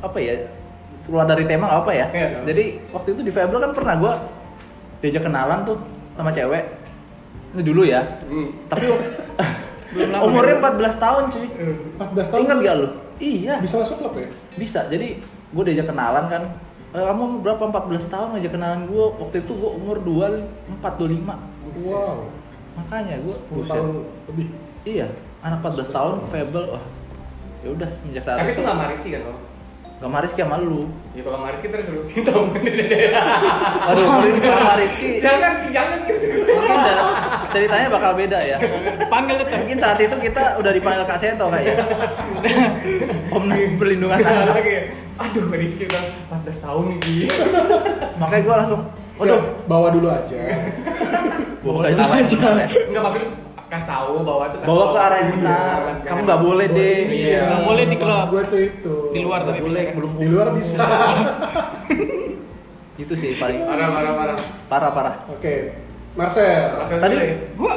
Speaker 2: apa ya? Keluar dari tema nggak apa ya?
Speaker 3: Iya.
Speaker 2: Jadi waktu itu di Fable kan pernah gua diajak kenalan tuh sama cewek. Ini dulu ya.
Speaker 3: Hmm.
Speaker 2: Tapi
Speaker 4: Belum lama.
Speaker 2: umurnya 14 tahun cuy.
Speaker 1: 14 tahun kan
Speaker 2: Ingat gak lu? Iya.
Speaker 1: bisa masuk klub ya?
Speaker 2: bisa jadi gue diajak kenalan kan "Eh, kamu umur berapa 14 tahun ngajak kenalan gue waktu itu gue umur 24 25
Speaker 1: Wow.
Speaker 2: makanya gue
Speaker 1: 10 tahun lebih.
Speaker 2: iya anak 14 tahun fable wah ya udah semenjak saat
Speaker 3: Tapi itu nggak Mariski kan lo?
Speaker 2: gak maris kayak malu
Speaker 3: Ya kalau Mariski terus lu cinta deh.
Speaker 2: aduh murid sama Rizky
Speaker 3: Jangan jangan gitu.
Speaker 2: mungkin dah- ceritanya bakal beda ya
Speaker 4: Panggil tetap.
Speaker 2: mungkin saat itu kita udah dipanggil Kak Seto kayaknya Komnas Perlindungan
Speaker 3: Nggak
Speaker 2: Anak
Speaker 3: lagi. ya. Aduh Mariski udah 14 tahun nih dia.
Speaker 2: makanya gue langsung
Speaker 1: Ya,
Speaker 2: waduh
Speaker 1: bawa dulu aja.
Speaker 2: gue kayak tangan bentar ya.
Speaker 3: Enggak maksud kasih tahu bahwa itu kan
Speaker 2: bawa ke arah yang
Speaker 3: Iya,
Speaker 2: benar
Speaker 3: kan,
Speaker 2: kamu
Speaker 3: jangan-
Speaker 2: nggak boleh deh
Speaker 3: Iya.
Speaker 4: Nggak boleh di klub.
Speaker 1: Gue tuh itu.
Speaker 4: Di luar tapi
Speaker 2: Nggak
Speaker 4: bisa
Speaker 2: boleh
Speaker 4: kan?
Speaker 2: belum
Speaker 1: Di luar bisa.
Speaker 2: itu sih paling
Speaker 3: Parah parah parah.
Speaker 2: parah parah
Speaker 1: Oke. Marcel.
Speaker 3: Marcel
Speaker 2: Tadi-
Speaker 3: dulu ya.
Speaker 4: Gue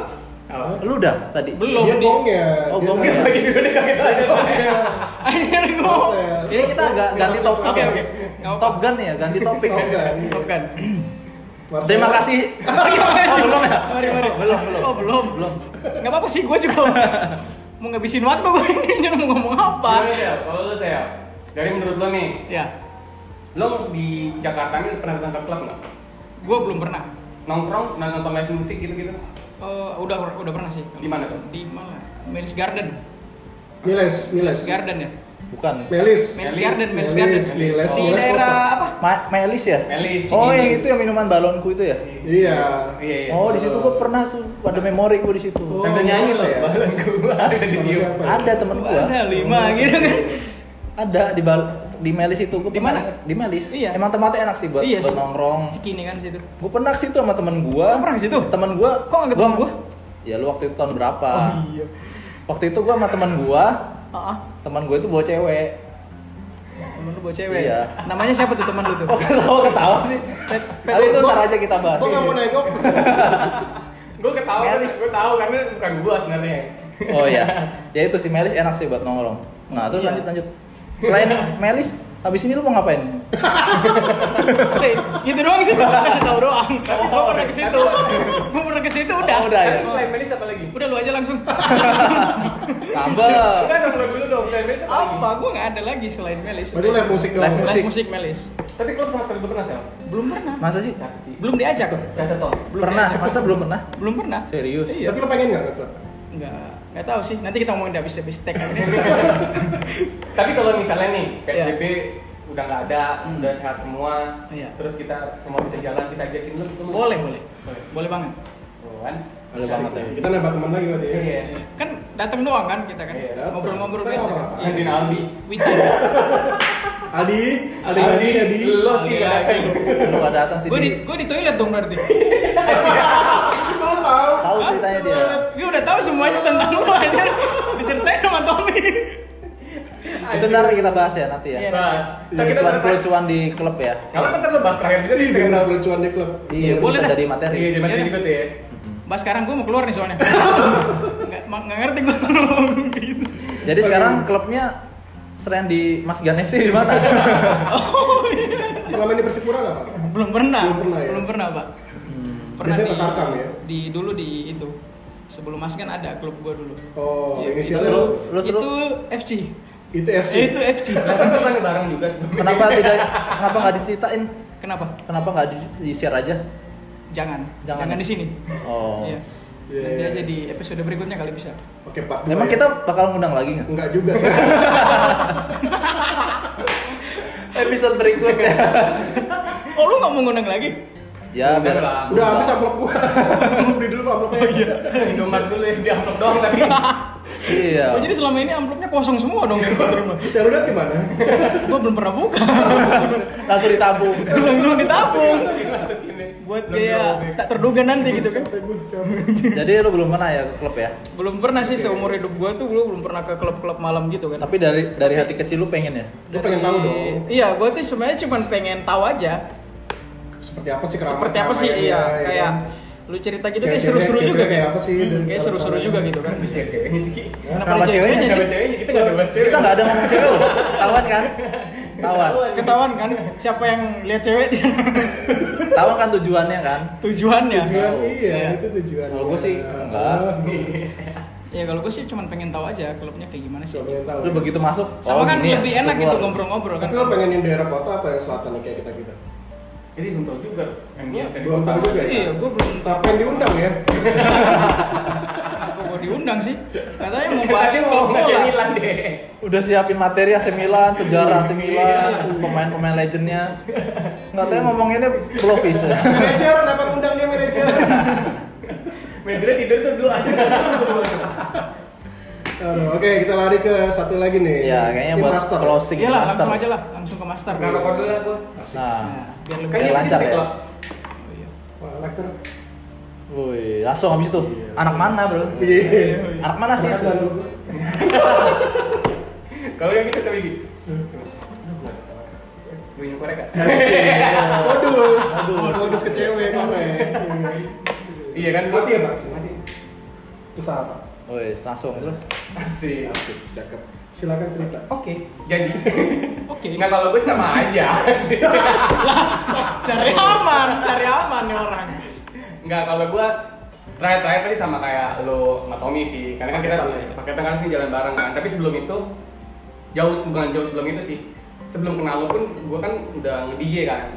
Speaker 3: Apa?
Speaker 2: lu udah tadi
Speaker 4: belum
Speaker 1: Dia
Speaker 4: di.
Speaker 1: gongnya.
Speaker 2: Oh,
Speaker 1: Dia
Speaker 2: gongnya.
Speaker 1: nanya.
Speaker 3: Lagi dulu deh kaget aja.
Speaker 1: Gongnya.
Speaker 4: Akhirnya gue.
Speaker 1: Marcel.
Speaker 2: ini kita agak ganti topik
Speaker 4: Oke,
Speaker 2: ya
Speaker 4: oke. Nggak apa-apa.
Speaker 2: top gun ya ganti topik
Speaker 1: Top gun.
Speaker 4: Top kan.
Speaker 1: Marcel.
Speaker 2: terima kasih Oh, belum ya
Speaker 4: Mari mari.
Speaker 2: belum belum
Speaker 4: Oh, belum.
Speaker 2: belum
Speaker 4: Enggak apa-apa sih, gue juga mau ngabisin waktu gue ini mau ngomong apa.
Speaker 3: Gimana, Sel? Kalau lu saya dari menurut lo nih,
Speaker 4: Ya,
Speaker 3: lo di Jakarta ini pernah datang ke klub nggak?
Speaker 4: gue belum pernah.
Speaker 3: Nongkrong, pernah nonton live musik gitu-gitu?
Speaker 4: Eh, udah udah pernah sih.
Speaker 3: Di mana tuh?
Speaker 4: Di mana? Melis Garden.
Speaker 1: Niles, Niles.
Speaker 4: Melis Garden ya.
Speaker 2: bukan
Speaker 1: Melis.
Speaker 4: Melis
Speaker 3: Melis.
Speaker 4: Garden, Melis
Speaker 1: Melis,
Speaker 4: Garden.
Speaker 1: Melis,
Speaker 4: Si
Speaker 1: Melis
Speaker 4: daerah
Speaker 1: kota.
Speaker 4: apa?
Speaker 2: Ma- Melis ya
Speaker 3: Melis,
Speaker 2: oh
Speaker 3: Cigideng.
Speaker 2: yang itu yang minuman balonku itu ya
Speaker 1: Iya.
Speaker 3: Iya, iya.
Speaker 2: oh di situ gua pernah tuh ada memori gua di situ
Speaker 1: Oh.
Speaker 3: Sambil nyanyi
Speaker 1: siapa
Speaker 3: lo,
Speaker 1: ya?
Speaker 3: balon gua ada di
Speaker 1: Sama
Speaker 3: bio.
Speaker 1: siapa?
Speaker 2: ada temen gua
Speaker 4: Ada lima gitu kan.
Speaker 2: ada di bal di Melis itu gua
Speaker 4: Di
Speaker 2: pernah-
Speaker 4: mana?
Speaker 2: di Melis
Speaker 4: Iya.
Speaker 2: emang tempatnya enak sih buat
Speaker 4: Iya
Speaker 2: buat
Speaker 4: sih.
Speaker 2: nongkrong
Speaker 4: Cikini kan situ.
Speaker 2: gue pernah ke situ sama temen gua
Speaker 4: Lu pernah ke situ?
Speaker 2: temen gua
Speaker 4: Kok nggak ketemu gua?
Speaker 2: ya lu waktu itu tahun berapa
Speaker 4: iya.
Speaker 2: waktu itu gua sama temen gua
Speaker 4: Heeh.
Speaker 2: temen gua itu bawa cewek
Speaker 4: Temen lu bawa cewek.
Speaker 2: Iya.
Speaker 4: Namanya siapa tuh teman lu tuh?
Speaker 2: kok ketawa ketawa sih
Speaker 4: Pet- Pet-
Speaker 2: tapi itu
Speaker 1: gua-
Speaker 2: ntar aja kita bahas
Speaker 1: Gue nggak mau nengok.
Speaker 3: Gue ketawa,
Speaker 2: Melis.
Speaker 3: gue tahu karena bukan gua sebenarnya.
Speaker 2: oh ya ya itu si Melis enak sih buat nongkrong nah terus
Speaker 4: Iya.
Speaker 2: lanjut lanjut selain Melis habis ini lu mau ngapain
Speaker 4: Udah, gitu doang sih gua kasih tahu doang. Gua pernah ke situ. Gua pernah ke situ udah.
Speaker 2: kan. Oh, udah ya.
Speaker 3: Terus selain Melis apa lagi?
Speaker 4: Udah lu aja langsung.
Speaker 2: tambah
Speaker 3: Enggak dong, lo dulu dong, selain Melis apa lagi?
Speaker 4: Apa? Gua nggak ada lagi selain Melis.
Speaker 1: Berarti live musik
Speaker 2: Live
Speaker 1: doang.
Speaker 4: Live
Speaker 2: Musik.
Speaker 4: musik Melis.
Speaker 3: Tapi klub sama sekali belum pernah sel.
Speaker 4: Belum pernah.
Speaker 2: Masa sih?
Speaker 4: Belum diajak.
Speaker 3: Catat toh.
Speaker 4: Belum
Speaker 2: pernah,
Speaker 4: diajak.
Speaker 2: masa belum pernah?
Speaker 4: Belum pernah.
Speaker 2: Serius?
Speaker 4: Iya.
Speaker 1: Tapi lo pengen nggak ngeklub?
Speaker 4: Enggak, enggak tahu sih. Nanti kita ngomongin habis habis tag ini.
Speaker 3: Tapi kalau misalnya nih
Speaker 4: Iya.
Speaker 3: PSBB udah nggak ada,
Speaker 4: Hmm.
Speaker 3: udah sehat semua,
Speaker 4: Iya.
Speaker 3: terus kita semua bisa jalan, kita ajakin lu ketemu.
Speaker 4: Boleh, boleh.
Speaker 3: Boleh.
Speaker 4: Boleh banget.
Speaker 3: Tuh kan?
Speaker 2: Ada banget ya.
Speaker 1: Kita nambah teman lagi berarti ya.
Speaker 3: Iya.
Speaker 4: Kan datang doang kan kita kan.
Speaker 3: Iya,
Speaker 1: datang.
Speaker 4: Ngobrol-ngobrol
Speaker 1: Kita
Speaker 4: biasa.
Speaker 1: ngobrol apa?
Speaker 4: Kan?
Speaker 3: Andin Aldi.
Speaker 2: Iya,
Speaker 1: Aldi, Aldi tadi Aldi.
Speaker 3: Lo sih nggak ada.
Speaker 4: Iya.
Speaker 2: Lu gak datang sih.
Speaker 4: Gue di
Speaker 2: Di.
Speaker 4: gue di toilet dong berarti.
Speaker 1: Lo tahu?
Speaker 2: Tahu ceritanya dia.
Speaker 4: Gue udah tahu semuanya tentang lu anjir. Diceritain sama Tommy.
Speaker 2: Itu ntar kita bahas ya nanti
Speaker 4: Iya.
Speaker 2: ya.
Speaker 3: Bahas. Ntar kita bertanya.
Speaker 2: Kelucuan-kelucuan di klub ya.
Speaker 3: Nggak apa-apa ntar lo bahas terakhir juga
Speaker 1: Ini
Speaker 3: sih.
Speaker 1: bener lucuan di klub.
Speaker 2: Iya,
Speaker 4: boleh
Speaker 2: boleh bisa
Speaker 4: dah.
Speaker 2: jadi materi.
Speaker 3: Iya, jaman
Speaker 4: Iya.
Speaker 3: juga tuh ya.
Speaker 4: Mas sekarang gue mau keluar nih soalnya. Enggak enggak ngerti gue gitu.
Speaker 2: Jadi sekarang klubnya sering di Mas Gan FC di mana?
Speaker 1: Pernah main di Persipura nggak pak?
Speaker 4: Belum pernah.
Speaker 1: Belum pernah ya?
Speaker 4: Belum pernah, Pak.
Speaker 1: Biasanya petarkam ya?
Speaker 4: Di dulu di itu. Sebelum Mas kan ada klub gua dulu.
Speaker 1: Oh,
Speaker 4: Iya,
Speaker 1: inisialnya
Speaker 2: Terus lu,
Speaker 1: lo-
Speaker 2: lu,
Speaker 4: itu
Speaker 2: lu
Speaker 4: FC.
Speaker 1: itu FC.
Speaker 4: Eh, itu FC.
Speaker 3: Nah, kan pernah bareng juga.
Speaker 2: kenapa tidak kenapa nggak diceritain?
Speaker 4: Kenapa?
Speaker 2: Kenapa nggak di, di share aja?
Speaker 4: Jangan.
Speaker 2: Jangan.
Speaker 4: Jangan, di sini.
Speaker 2: Oh.
Speaker 4: Iya.
Speaker 1: Iya.
Speaker 4: Nanti aja di episode berikutnya kali bisa.
Speaker 1: Oke Pak.
Speaker 2: Emang kita bakal ngundang lagi nggak?
Speaker 1: Enggak juga sih. Pak.
Speaker 2: Episode berikutnya.
Speaker 4: Oh, lu nggak mau ngundang lagi?
Speaker 2: ya,
Speaker 3: Udah
Speaker 2: biar
Speaker 3: lah.
Speaker 1: Udah habis amplop gua. Lu Beli dulu amplopnya. Oh, iya.
Speaker 3: Indomaret dulu ya, di amplop doang tapi.
Speaker 2: Iya.
Speaker 4: Oh, jadi selama ini amplopnya kosong semua dong yang gua terima.
Speaker 1: Yang udah gimana?
Speaker 4: Gua belum pernah buka.
Speaker 2: Langsung ditabung.
Speaker 4: Langsung ditabung. Buat
Speaker 3: Belum ya.
Speaker 4: biaya
Speaker 3: dirobek.
Speaker 4: tak terduga nanti gitu kan.
Speaker 1: Capek gua, capek.
Speaker 2: jadi lu belum pernah ya ke klub ya?
Speaker 4: Belum pernah sih seumur hidup gua tuh gua belum pernah ke klub-klub malam gitu kan.
Speaker 2: Tapi dari dari hati kecil lu pengen ya?
Speaker 1: Lu pengen tahu dong.
Speaker 4: Iya, gue tuh sebenarnya cuma pengen tahu aja
Speaker 1: Seperti apa sih keramaian? ya kan?
Speaker 4: seperti apa sih iya kayak lu cerita gitu kayak
Speaker 1: Cewek-cewek-
Speaker 4: seru-seru juga.
Speaker 1: cewek-cewek kayak apa sih,
Speaker 4: Hmm,
Speaker 1: dan
Speaker 4: kayak
Speaker 1: kalau
Speaker 4: seru-seru
Speaker 1: misalnya-
Speaker 4: juga gitu kan.
Speaker 3: Kan bisa ceweknya sih. Ki.
Speaker 2: Kenapa
Speaker 4: ada
Speaker 2: ceweknya
Speaker 4: ceweknya
Speaker 2: sih?
Speaker 3: Siapa ceweknya kita nggak ada bahas cewek.
Speaker 2: Kita nggak ada ngomong cewek loh. Ketahuan kan? Ketahuan.
Speaker 4: Ketahuan kan siapa yang lihat cewek di sana?
Speaker 2: Ketahuan kan tujuannya kan?
Speaker 4: tujuannya.
Speaker 1: Tujuan iya,
Speaker 4: Iya.
Speaker 1: itu tujuan.
Speaker 2: Kalau gua sih,
Speaker 1: Ah,
Speaker 2: enggak.
Speaker 4: Ya kalau gue sih cuma pengen tahu aja klubnya kayak gimana sih.
Speaker 1: Siapa yang tahu?
Speaker 2: Lu begitu masuk,
Speaker 4: Sama
Speaker 2: oh,
Speaker 4: kan
Speaker 2: gini ya,
Speaker 4: lebih
Speaker 2: bisa
Speaker 4: enak gitu
Speaker 2: keluar.
Speaker 4: ngobrol-ngobrol kan.
Speaker 1: Tapi lo pengen yang daerah kota atau yang selatan nih, kayak kita kita?
Speaker 3: Jadi belum tahu juga. Yang dia sering
Speaker 1: Belum tahu
Speaker 3: kota.
Speaker 1: juga ya.
Speaker 4: Iya, gue belum tahu
Speaker 1: Tapi yang diundang ya.
Speaker 4: aku mau diundang sih. Katanya mau
Speaker 3: Tadi
Speaker 4: bahas
Speaker 3: mau
Speaker 4: klub
Speaker 3: ngajak
Speaker 4: bola.
Speaker 3: Milan deh.
Speaker 2: Udah siapin materi AC Milan, sejarah
Speaker 4: Iya.
Speaker 2: AC Milan, pemain-pemain legendnya. Nggak tahu ngomonginnya Clovis. ya.
Speaker 1: manajer dapat undang dia manajer.
Speaker 3: Madrid tidur tuh dua aja.
Speaker 1: Aduh, Oke, kita lari ke satu lagi nih.
Speaker 2: Iya, kayaknya
Speaker 1: Ini
Speaker 2: buat
Speaker 1: master.
Speaker 2: closing
Speaker 4: Iya lah,
Speaker 2: master.
Speaker 4: langsung aja lah, langsung ke master.
Speaker 3: Karena rekor dulu lah gua.
Speaker 1: Asik.
Speaker 2: Nah,
Speaker 4: biar lebih
Speaker 3: Kan
Speaker 2: biar
Speaker 3: dia
Speaker 2: lancar
Speaker 3: sendiri
Speaker 2: ya.
Speaker 3: klub.
Speaker 1: Wah, lektor.
Speaker 2: Woi, langsung habis itu.
Speaker 1: Iya.
Speaker 2: Anak mana, Bro?
Speaker 1: Iya.
Speaker 2: Anak mana sih?
Speaker 3: Kalau yang kita tapi gitu. Minum korek kan?
Speaker 1: Modus. Modus. Modus ke cewek korek.
Speaker 3: Iya kan?
Speaker 1: Mati ya, Pak? Mati. Terus apa?
Speaker 2: Woi, langsung terus.
Speaker 3: Asik.
Speaker 1: Asik, cakep. Silakan cerita.
Speaker 3: Oke, jadi
Speaker 4: Oke.
Speaker 3: nggak kalau gue sama aja sih.
Speaker 4: Cari aman, cari aman nih orang.
Speaker 3: Nggak kalau gue terakhir-terakhir tadi sama kayak lo sama Tommy sih. Karena kan kita
Speaker 1: Paketan.
Speaker 3: pakai tangan sih jalan bareng kan. Tapi sebelum itu jauh bukan jauh sebelum itu sih. Sebelum kenal lo pun gue kan udah nge DJ kan.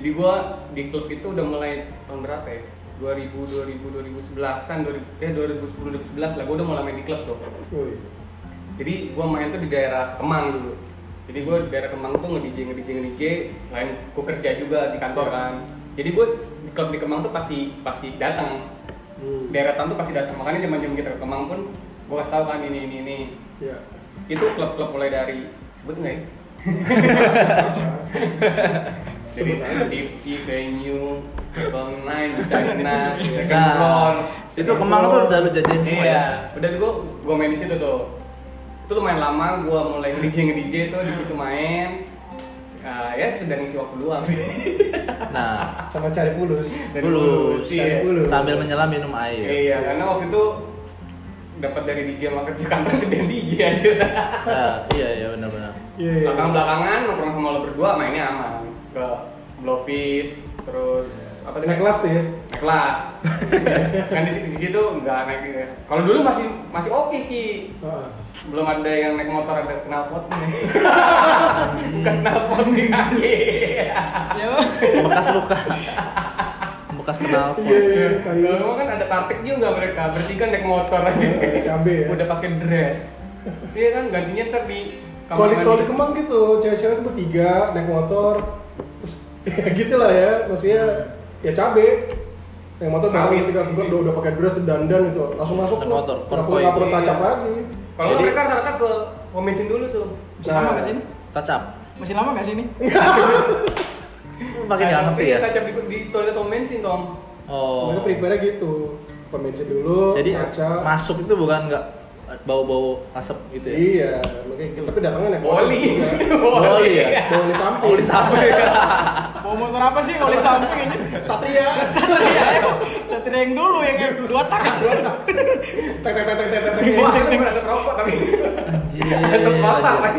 Speaker 3: Jadi gue di klub itu udah mulai tahun berapa ya? 2000, 2000, 2011an, 2000, eh 2010, 2011 lah gue udah mulai main di klub tuh
Speaker 1: Woi.
Speaker 3: jadi gue main tuh di daerah Kemang dulu jadi gue di daerah Kemang tuh nge-DJ nge-DJ nge-DJ lain gue kerja juga di
Speaker 1: Iya.
Speaker 3: kantor kan jadi gue di klub di Kemang tuh pasti pasti datang
Speaker 1: Hmm.
Speaker 3: deretan tuh pasti datang makanya zaman zaman kita ke Kemang pun gue kasih tahu kan ini ini ini
Speaker 1: Ya.
Speaker 3: itu klub-klub mulai dari sebut nggak ya dari
Speaker 1: Sebut aja.
Speaker 3: Tipsy, Venue, Bang Nine, China,
Speaker 1: Iya,
Speaker 3: Second Floor
Speaker 2: Nah, itu kemang tuh udah lu jajan semua ya.
Speaker 3: Iya, udah gue gue main di situ tuh. Itu lumayan lama gue mulai nge DJ nge DJ tuh di situ main. Ah, ya sekedar ngisi waktu luang sih.
Speaker 2: Nah,
Speaker 1: Sama cari mulus.
Speaker 3: Dari
Speaker 2: Bulus.
Speaker 3: bulus, iya.
Speaker 1: Bulus.
Speaker 2: sambil menyelam minum air.
Speaker 3: Iya, karena waktu itu dapat dari DJ sama kerja kantor gedean DJ aja.
Speaker 2: Nah, iya iya benar-benar.
Speaker 1: Iya. iya.
Speaker 3: Belakang belakangan nongkrong sama lo berdua mainnya aman ke Blowfish terus apa tadi?
Speaker 1: Naik kelas tuh ya.
Speaker 3: Naik kelas kan di situ, di situ nggak naik ya. kalau dulu masih masih oke ki
Speaker 1: Heeh.
Speaker 3: belum ada yang naik motor ada knalpot nih bukan knalpot di kaki
Speaker 2: bekas luka bekas kenal
Speaker 1: Iya, iya, iya, tai.
Speaker 3: kalau emang kan ada taktik juga mereka bertiga naik motor aja
Speaker 1: Iya, cabe ya.
Speaker 3: udah pakai dress iya kan gantinya ntar di kamar
Speaker 1: Kalau di-
Speaker 3: mandi.
Speaker 1: kalau di Kemang gitu, cewek-cewek itu bertiga naik motor, terus ya gitu lah ya, maksudnya ya cabe. Naik motor bareng
Speaker 3: Kawin.
Speaker 1: bertiga berdua udah, udah pakai dress dandan itu, langsung masuk
Speaker 2: Naik
Speaker 1: tuh.
Speaker 2: motor,
Speaker 1: Nggak perlu
Speaker 2: konvoy. Iya.
Speaker 1: nggak perlu tacap lagi.
Speaker 3: kalau
Speaker 2: Jadi-
Speaker 3: mereka rata-rata ke pom bensin dulu tuh
Speaker 4: Masih
Speaker 1: Nah,
Speaker 4: lama nggak sini?
Speaker 2: kacap
Speaker 4: Masih lama nggak sini?
Speaker 2: makin nggak ngerti ya
Speaker 1: Iya.
Speaker 3: kacap di, di toilet pom bensin tom
Speaker 2: oh
Speaker 1: Mereka prepare gitu, pembensin dulu,
Speaker 2: jadi
Speaker 1: tacap.
Speaker 2: masuk itu bukan nggak bau-bau asap gitu ya
Speaker 1: Iya, makanya gitu. tapi datangnya naik motor.
Speaker 3: Boli.
Speaker 1: juga.
Speaker 2: Boli ya?
Speaker 1: Boli samping.
Speaker 2: Bau di samping.
Speaker 4: Bawa motor apa sih kalau di samping ini?
Speaker 1: Satria.
Speaker 4: Satria ayo. Satria yang dulu yang yang dua tangan.
Speaker 1: Tek tek tek tek tek tek.
Speaker 3: Wah, aku merasa rokok tapi
Speaker 2: Anjir,
Speaker 3: Asap bapak, kan?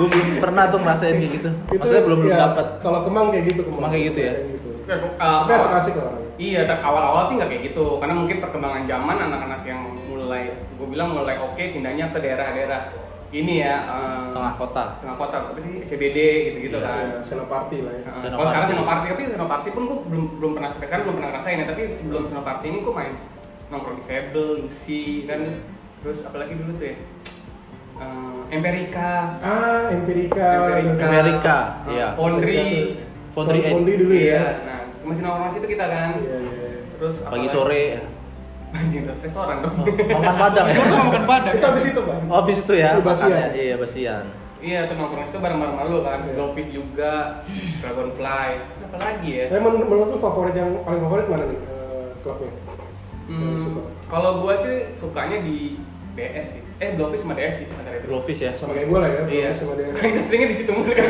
Speaker 2: gue belum pernah tuh ngerasain kayak gitu
Speaker 1: Itu
Speaker 2: maksudnya belum belum
Speaker 1: ya,
Speaker 2: dapat
Speaker 1: Kalau Kemang kayak gitu,
Speaker 2: Kemang kayak gitu ya?
Speaker 3: Ya, kok, uh,
Speaker 1: Tapi asik-asik lah orangnya.
Speaker 3: Iya, tak awal-awal sih nggak kayak gitu, karena mungkin perkembangan zaman anak-anak yang mulai, gue bilang mulai oke pindahnya ke daerah-daerah ini ya eh,
Speaker 2: tengah kota
Speaker 3: tengah kota, apa sih CBD gitu-gitu
Speaker 2: Iya,
Speaker 3: kan.
Speaker 1: Ya, Senoparty lah ya.
Speaker 3: Nah,
Speaker 2: Senopati.
Speaker 3: Kalau sekarang Senoparty, tapi Senoparty pun gue belum belum pernah sampai sekarang belum pernah ngerasain ya, tapi sebelum Senoparty ini gue main nongkrong di Fable, Lucy, kan terus apalagi dulu tuh ya, eh, Empirica,
Speaker 1: Ah, empirika.
Speaker 3: Empirica,
Speaker 2: Empirica, iya.
Speaker 3: Eh, Foundry,
Speaker 2: Foundry
Speaker 1: Foundry
Speaker 2: Ed.
Speaker 1: dulu ya.
Speaker 3: iya, nah masih nongkrong situ kita kan,
Speaker 1: Iya, iya, iya.
Speaker 3: terus
Speaker 2: pagi
Speaker 3: apalagi-
Speaker 2: sore
Speaker 3: anjing tuh, restoran dong
Speaker 2: makan padang ya
Speaker 4: Itu kan? bukan badan.
Speaker 1: Itu habis itu, Pak.
Speaker 2: oh habis itu ya
Speaker 1: Itu basian.
Speaker 2: makannya. iya basian
Speaker 3: iya tuh nongkrong itu bareng-bareng malu kan
Speaker 1: Iya.
Speaker 3: Glowfish juga Dragonfly terus apa lagi
Speaker 2: iya.
Speaker 3: ya
Speaker 1: Tapi menurut, menurut lu favorit yang paling favorit mana nih? eh, klubnya?
Speaker 3: hmm,
Speaker 1: Suka.
Speaker 3: kalau gua sih sukanya di BS sih eh Glowfish sama DF sih antara itu
Speaker 2: blowfish ya
Speaker 1: Sama kayak gue lah ya.
Speaker 3: iya
Speaker 1: Sama dia.
Speaker 3: kan kita seringnya di situ mulu kan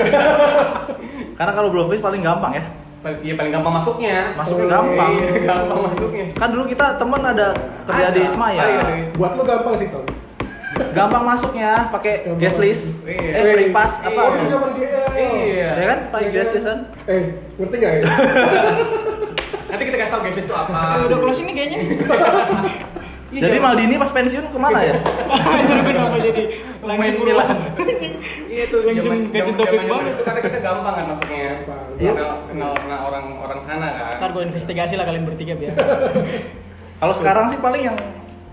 Speaker 2: karena kalau blowfish paling gampang ya
Speaker 3: Paling- iya paling gampang masuknya
Speaker 2: masuknya
Speaker 1: Oh,
Speaker 2: gampang
Speaker 3: Iya, gampang masuknya
Speaker 2: kan dulu kita temen ada kerja
Speaker 3: Ada.
Speaker 2: di Ismaya
Speaker 3: Ah, iya, iya.
Speaker 1: Buat lu gampang sih, Tom.
Speaker 2: Eh, gampang masuknya pakai
Speaker 1: Gampang
Speaker 2: guest list
Speaker 3: masuk. Iya.
Speaker 2: eh free pass
Speaker 3: Iya.
Speaker 2: apa
Speaker 1: Oh, itu zaman dia.
Speaker 3: Iya.
Speaker 2: ya kan pakai guest list kan
Speaker 1: Eh, ngerti nggak ya?
Speaker 3: nanti kita kasih tau guys itu apa
Speaker 4: Eh, udah closing nih kayaknya.
Speaker 3: Iya,
Speaker 2: jadi
Speaker 3: jangan-
Speaker 2: Maldini pas pensiun kemana ya
Speaker 4: Anjir kenapa jadi langsung
Speaker 2: Main
Speaker 4: pulang.
Speaker 2: Milan.
Speaker 3: iya tuh
Speaker 4: Langsung
Speaker 3: zaman-
Speaker 4: ganti
Speaker 3: zaman-
Speaker 4: topik
Speaker 3: zamannya
Speaker 4: banget.
Speaker 3: dulu tuh karena kita gampang kan masuknya
Speaker 1: Gampang.
Speaker 2: Iya.
Speaker 3: kenal kenal kenal orang orang sana kan
Speaker 4: Ntar gue investigasi lah kalian bertiga biar.
Speaker 2: kalau sekarang sih paling yang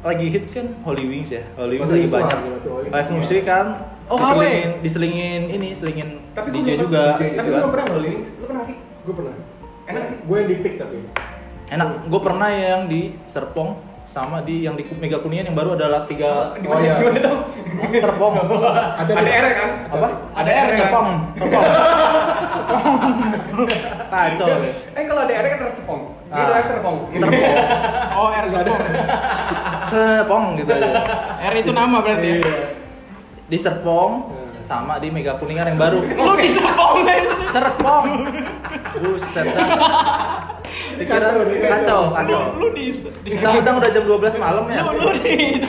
Speaker 2: lagi hits kan Holy Wings ya Holy Wings
Speaker 1: Holy
Speaker 2: lagi
Speaker 1: Wings
Speaker 2: banyak
Speaker 1: banget, tuh, Holy Wings
Speaker 2: live
Speaker 1: banget.
Speaker 2: musik kan
Speaker 4: Oh,
Speaker 2: diselingin diselingin ini selingin
Speaker 3: Tapi gua
Speaker 2: DJ
Speaker 3: belum
Speaker 2: juga
Speaker 1: pernah-
Speaker 2: gitu
Speaker 3: tapi lu
Speaker 2: kan.
Speaker 3: belum pernah loh Lin. lu pernah sih
Speaker 1: Gue pernah.
Speaker 3: enak sih
Speaker 1: Gue yang dipik tapi.
Speaker 2: enak gue pernah yang di Serpong sama di yang di Mega Kuningan yang baru ada tiga
Speaker 1: Oh, iya.
Speaker 3: Gimana tuh?
Speaker 2: Serpong
Speaker 1: Ada
Speaker 3: Ada R kan?
Speaker 2: apa
Speaker 3: Ada R kan?
Speaker 2: Serpong Serpong Serpong. kacau ya.
Speaker 3: Eh kalau ada R kan tercepong.
Speaker 2: Ah.
Speaker 3: Itu R terpong.
Speaker 2: Serpong
Speaker 4: Oh R
Speaker 1: Terus ada.
Speaker 4: Serpong.
Speaker 2: Serpong gitu aja
Speaker 4: R itu nama berarti. ya?
Speaker 1: Iya.
Speaker 2: di Serpong
Speaker 1: Hmm.
Speaker 2: sama di Mega Kuningan yang baru
Speaker 4: Lu di Serpong kan?
Speaker 2: Serpong buset dah.
Speaker 1: Ini kacau nih,
Speaker 2: kacau
Speaker 4: Lu
Speaker 2: kacau
Speaker 4: lu di di
Speaker 2: Kita udah jam 12 malam ya.
Speaker 4: Lu lu di itu.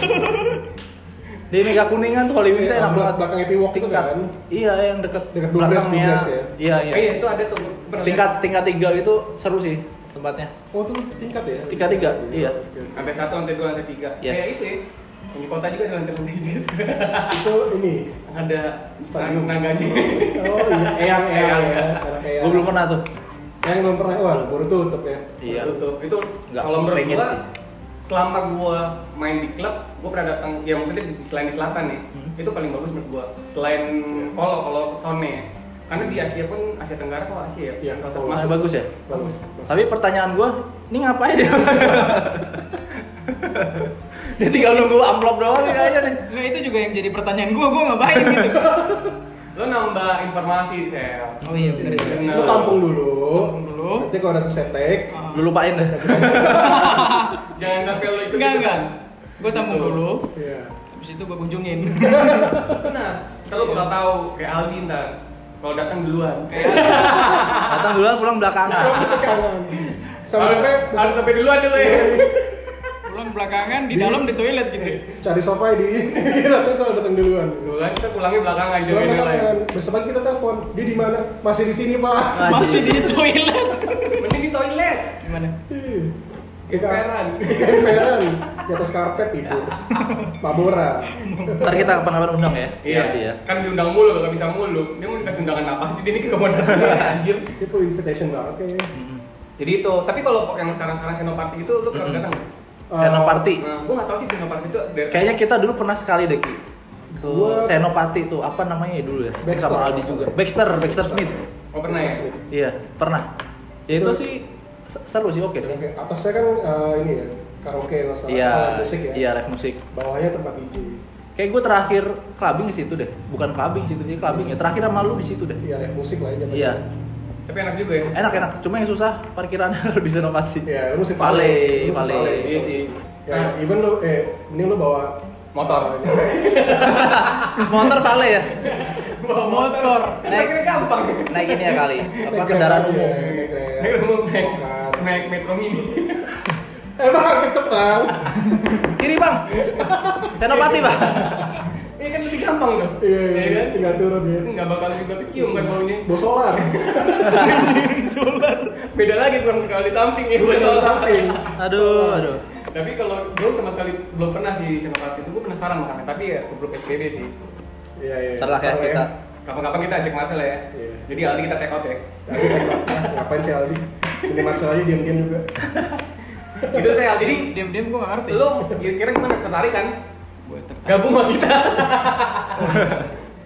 Speaker 2: Di Mega Kuningan tuh Holy Wings
Speaker 1: Iya,
Speaker 2: enak banget.
Speaker 1: belakang Happy Walk itu
Speaker 2: Tingkat-
Speaker 1: kan?
Speaker 2: Iya, yang dekat
Speaker 1: Dekat 12, 12 ya?
Speaker 2: Iya,
Speaker 3: Eh,
Speaker 2: iya.
Speaker 3: Iya, itu ada tuh. Pernah
Speaker 2: Tingkat tingkat 3 itu seru sih tempatnya.
Speaker 1: Oh, itu tingkat ya?
Speaker 2: Tingkat tiga, iya.
Speaker 1: oke,
Speaker 3: lihat.
Speaker 1: oke.
Speaker 3: Lantai satu, lantai dua, lantai tiga.
Speaker 2: Yes.
Speaker 3: Kayak itu ya. Yang Di kota juga ada lantai lantai juga.
Speaker 1: Itu ini.
Speaker 3: ada
Speaker 1: Stadium.
Speaker 3: tanggung tangganya.
Speaker 1: Oh iya, eyang, eyang ya.
Speaker 2: Gue belum pernah tuh.
Speaker 1: Yang belum pernah, wah baru tutup ya.
Speaker 2: Iya.
Speaker 3: Tutup. Itu
Speaker 2: Nggak
Speaker 3: kalau menurut
Speaker 2: pengen
Speaker 3: gua
Speaker 2: sih.
Speaker 3: selama gua main di klub, gua pernah datang ya maksudnya di- selain di selatan nih.
Speaker 2: Hmm. Iya.
Speaker 3: Itu paling bagus menurut gua. Selain kalau kalau Sone ya. Karena di Asia pun Asia Tenggara kalau Asia
Speaker 1: Iya,
Speaker 3: ya. salah satu
Speaker 1: kalau-
Speaker 2: Nah,
Speaker 3: masuk.
Speaker 2: bagus ya.
Speaker 1: Bagus. Mas-
Speaker 2: Tapi pertanyaan gue, ini ngapain dia? dia tinggal nunggu amplop doang nih kayaknya nih.
Speaker 4: Nggak itu juga yang jadi pertanyaan gua, gua ngapain gitu.
Speaker 3: Lo nambah informasi, Cel.
Speaker 4: Oh iya benar.
Speaker 3: Bener.
Speaker 1: Lu tampung dulu.
Speaker 4: Tampung dulu.
Speaker 1: Nanti kalau ada sesetek,
Speaker 2: Lu lupain deh.
Speaker 3: Jangan sampai lo ikut.
Speaker 4: Enggak enggak. Gua tamu
Speaker 3: Gitu.
Speaker 4: dulu.
Speaker 1: ya.
Speaker 4: Habis itu gua kunjungin.
Speaker 3: Nah, ntar lo bakal tahu kayak Aldi ntar kalau datang duluan.
Speaker 1: Iya.
Speaker 2: Datang duluan pulang belakangan.
Speaker 1: Kamu ke kanan. Sampai
Speaker 3: Harus-
Speaker 1: sampai
Speaker 3: harus sampai duluan dulu ya.
Speaker 1: Iya.
Speaker 4: Pulang belakangan di
Speaker 1: Di-
Speaker 4: dalam di toilet gitu.
Speaker 1: cari sofa di nanti selalu datang duluan.
Speaker 3: Duluan kita pulangnya belakangan
Speaker 1: Pulang ke
Speaker 3: jagain lain.
Speaker 1: kanan. Besok pagi kita telepon. Dia di mana?
Speaker 4: Ah.
Speaker 1: Masih di sini, Pak.
Speaker 2: Wajib.
Speaker 4: Masih di toilet.
Speaker 3: Mending di toilet.
Speaker 1: Iya.
Speaker 4: Gimana?
Speaker 1: Ih,
Speaker 3: Peran.
Speaker 1: Ikan peran di atas karpet tidur. Mabora.
Speaker 2: Ntar kita kapan-kapan undang ya, si
Speaker 3: Iya,
Speaker 2: Ardi ya.
Speaker 3: kan diundang mulu, gak bisa mulu. Dia mau dikasih undangan apa sih? Dia ini ke mana? Anjir.
Speaker 1: Itu invitation banget kayaknya.
Speaker 3: Jadi itu, tapi kalau yang sekarang-sekarang senoparti itu, lu pernah
Speaker 2: Mm-mm.
Speaker 3: datang nggak?
Speaker 1: Eh,
Speaker 2: Senopati.
Speaker 3: Nah, gua nggak tahu sih senoparti itu dari
Speaker 2: Kayaknya kita dulu pernah sekali deh Ki. Ke
Speaker 1: Gua-
Speaker 2: Senopati tuh apa namanya ya dulu ya?
Speaker 1: Baxter.
Speaker 2: Sama Aldi juga. Baxter, Baxter Smith.
Speaker 3: Oh pernah ya?
Speaker 2: Iya, pernah. Ya itu
Speaker 1: Itu-
Speaker 2: sih se- seru sih, oke sih.
Speaker 1: Oke, atasnya kan eh, ini ya, karaoke nggak salah, alat
Speaker 2: Iya,
Speaker 1: musik ya.
Speaker 2: iya live musik.
Speaker 1: Bawahnya tempat DJ.
Speaker 2: Kayak gue terakhir clubbing di situ deh. Bukan clubbing sih itu, jadi clubbing ya. Terakhir sama lu di situ deh.
Speaker 1: Iya, live musik lah ya jatuhnya.
Speaker 2: Iya.
Speaker 3: Tapi enak juga ya?
Speaker 2: Enak enak. Cuma yang susah parkirannya kalau di Senopati.
Speaker 1: Iya, lu musik
Speaker 2: Vale,
Speaker 1: Lu musik
Speaker 2: vale.
Speaker 3: Iya sih.
Speaker 1: Ya, even lu eh ini lu bawa
Speaker 3: Motor.
Speaker 2: Motor Vale ya.
Speaker 3: Bawa
Speaker 4: Motor.
Speaker 3: Naik kira Kan gampang.
Speaker 2: Naik ini ya kali. Apa
Speaker 1: Naik
Speaker 2: kendaraan
Speaker 1: Grab aja,
Speaker 2: umum.
Speaker 1: naik Grab.
Speaker 3: Naik lu mau naik,
Speaker 1: Bongkar.
Speaker 3: naik metro mini.
Speaker 1: Emang tetep Eh, bang.
Speaker 2: Kiri, Bang. Senopati, Bang.
Speaker 3: Ini kan lebih gampang tuh.
Speaker 1: Iya, iya,
Speaker 3: kan?
Speaker 1: tinggal turun ya.
Speaker 3: Itu nggak bakal juga kecium kan baunya.
Speaker 1: Bosolar,
Speaker 3: Beda lagi kurang sekali samping ya.
Speaker 1: bosolar samping.
Speaker 2: Aduh,
Speaker 1: ya?
Speaker 2: aduh.
Speaker 3: Tapi kalau gue sama sekali belum pernah sih sama Pati itu, gue penasaran makanya. Tapi ya ke grup SPB sih.
Speaker 1: Iya, iya.
Speaker 2: Ntar lah kayak
Speaker 1: Ntar
Speaker 2: kita.
Speaker 3: Kapan-kapan kita ajak Marcel ya.
Speaker 1: Iya.
Speaker 3: Jadi Aldi kita take out ya.
Speaker 1: Tapi tengok, ah, Ngapain sih Aldi? Ini Marcel aja diam-diam juga.
Speaker 3: Gitu saya Aldi. Jadi
Speaker 4: Diam-diam gue gak ngerti.
Speaker 3: lu kira-kira gimana tertarik kan?
Speaker 4: Gue tertarik.
Speaker 3: Gabung sama kita.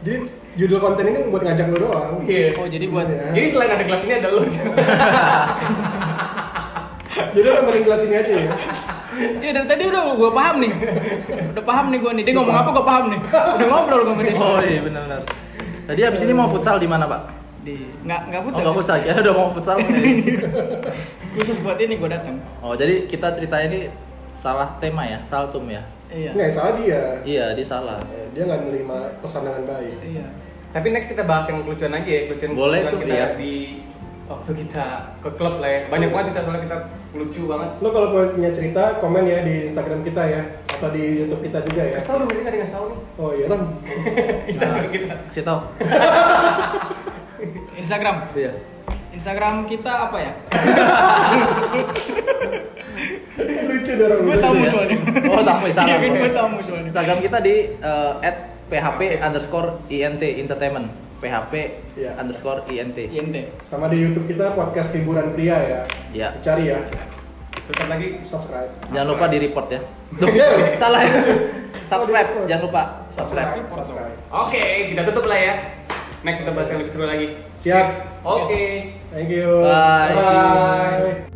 Speaker 1: Jadi judul konten ini buat ngajak lu doang.
Speaker 3: Iya.
Speaker 4: Oh jadi buat
Speaker 1: Iya.
Speaker 3: Jadi selain ada gelas ini ada lu.
Speaker 1: Jadi lu mending gelas ini aja ya.
Speaker 4: Iya dari tadi udah gue paham nih Udah paham nih gue nih Dia ngomong apa gue paham nih Udah ngobrol gue sama dia
Speaker 2: Oh iya benar-benar. Tadi abis ini mau futsal di mana, Pak?
Speaker 4: Di Nggak, nggak
Speaker 2: Oh,
Speaker 4: futsal
Speaker 2: nggak futsal. Ya udah mau futsal. kayaknya.
Speaker 4: Khusus buat ini gue datang
Speaker 2: Oh, jadi kita cerita ini salah tema ya, saltum ya.
Speaker 4: Iya
Speaker 1: Nggak, salah dia.
Speaker 2: Iya, dia salah.
Speaker 1: Eh, Dia nggak menerima pesan dengan baik.
Speaker 4: Iya
Speaker 3: Tapi next kita bahas yang kelucuan aja ya, kelucuan
Speaker 2: Boleh
Speaker 3: kelucuan
Speaker 2: tuh,
Speaker 3: kita
Speaker 2: iya.
Speaker 3: di waktu kita ke klub lah ya. Banyak banget kita soalnya kita lucu banget.
Speaker 1: Lo kalau punya cerita, komen ya di Instagram kita ya atau di YouTube kita juga ya.
Speaker 3: Kasih tau dong, kita ada yang ngasih tau nih
Speaker 1: Oh iya, Tom.
Speaker 3: Instagram kita
Speaker 2: Kasih tahu.
Speaker 4: Instagram
Speaker 2: Iya.
Speaker 4: Instagram kita apa ya?
Speaker 1: lucu dorong
Speaker 4: Gue
Speaker 1: lucu.
Speaker 4: tamu
Speaker 2: ya?
Speaker 4: soalnya
Speaker 2: Oh, tamu, salah.
Speaker 4: Iya gue tamu soalnya
Speaker 2: Instagram kita di eh, @php underscore int entertainment. PHP
Speaker 1: Iya.
Speaker 2: underscore int.
Speaker 4: Yente
Speaker 1: Sama di YouTube kita podcast hiburan pria ya.
Speaker 2: Iya.
Speaker 1: Cari ya,
Speaker 3: Terusan lagi
Speaker 1: subscribe.
Speaker 2: Jangan lupa di report ya. Tuh,
Speaker 1: Iya.
Speaker 2: salah. Subscribe, jangan lupa subscribe.
Speaker 1: subscribe.
Speaker 3: Oke, kita tutup lah ya Next kita bahas yang lebih seru lagi
Speaker 1: Siap.
Speaker 3: Oke
Speaker 1: Thank you.
Speaker 2: Bye.
Speaker 1: Bye.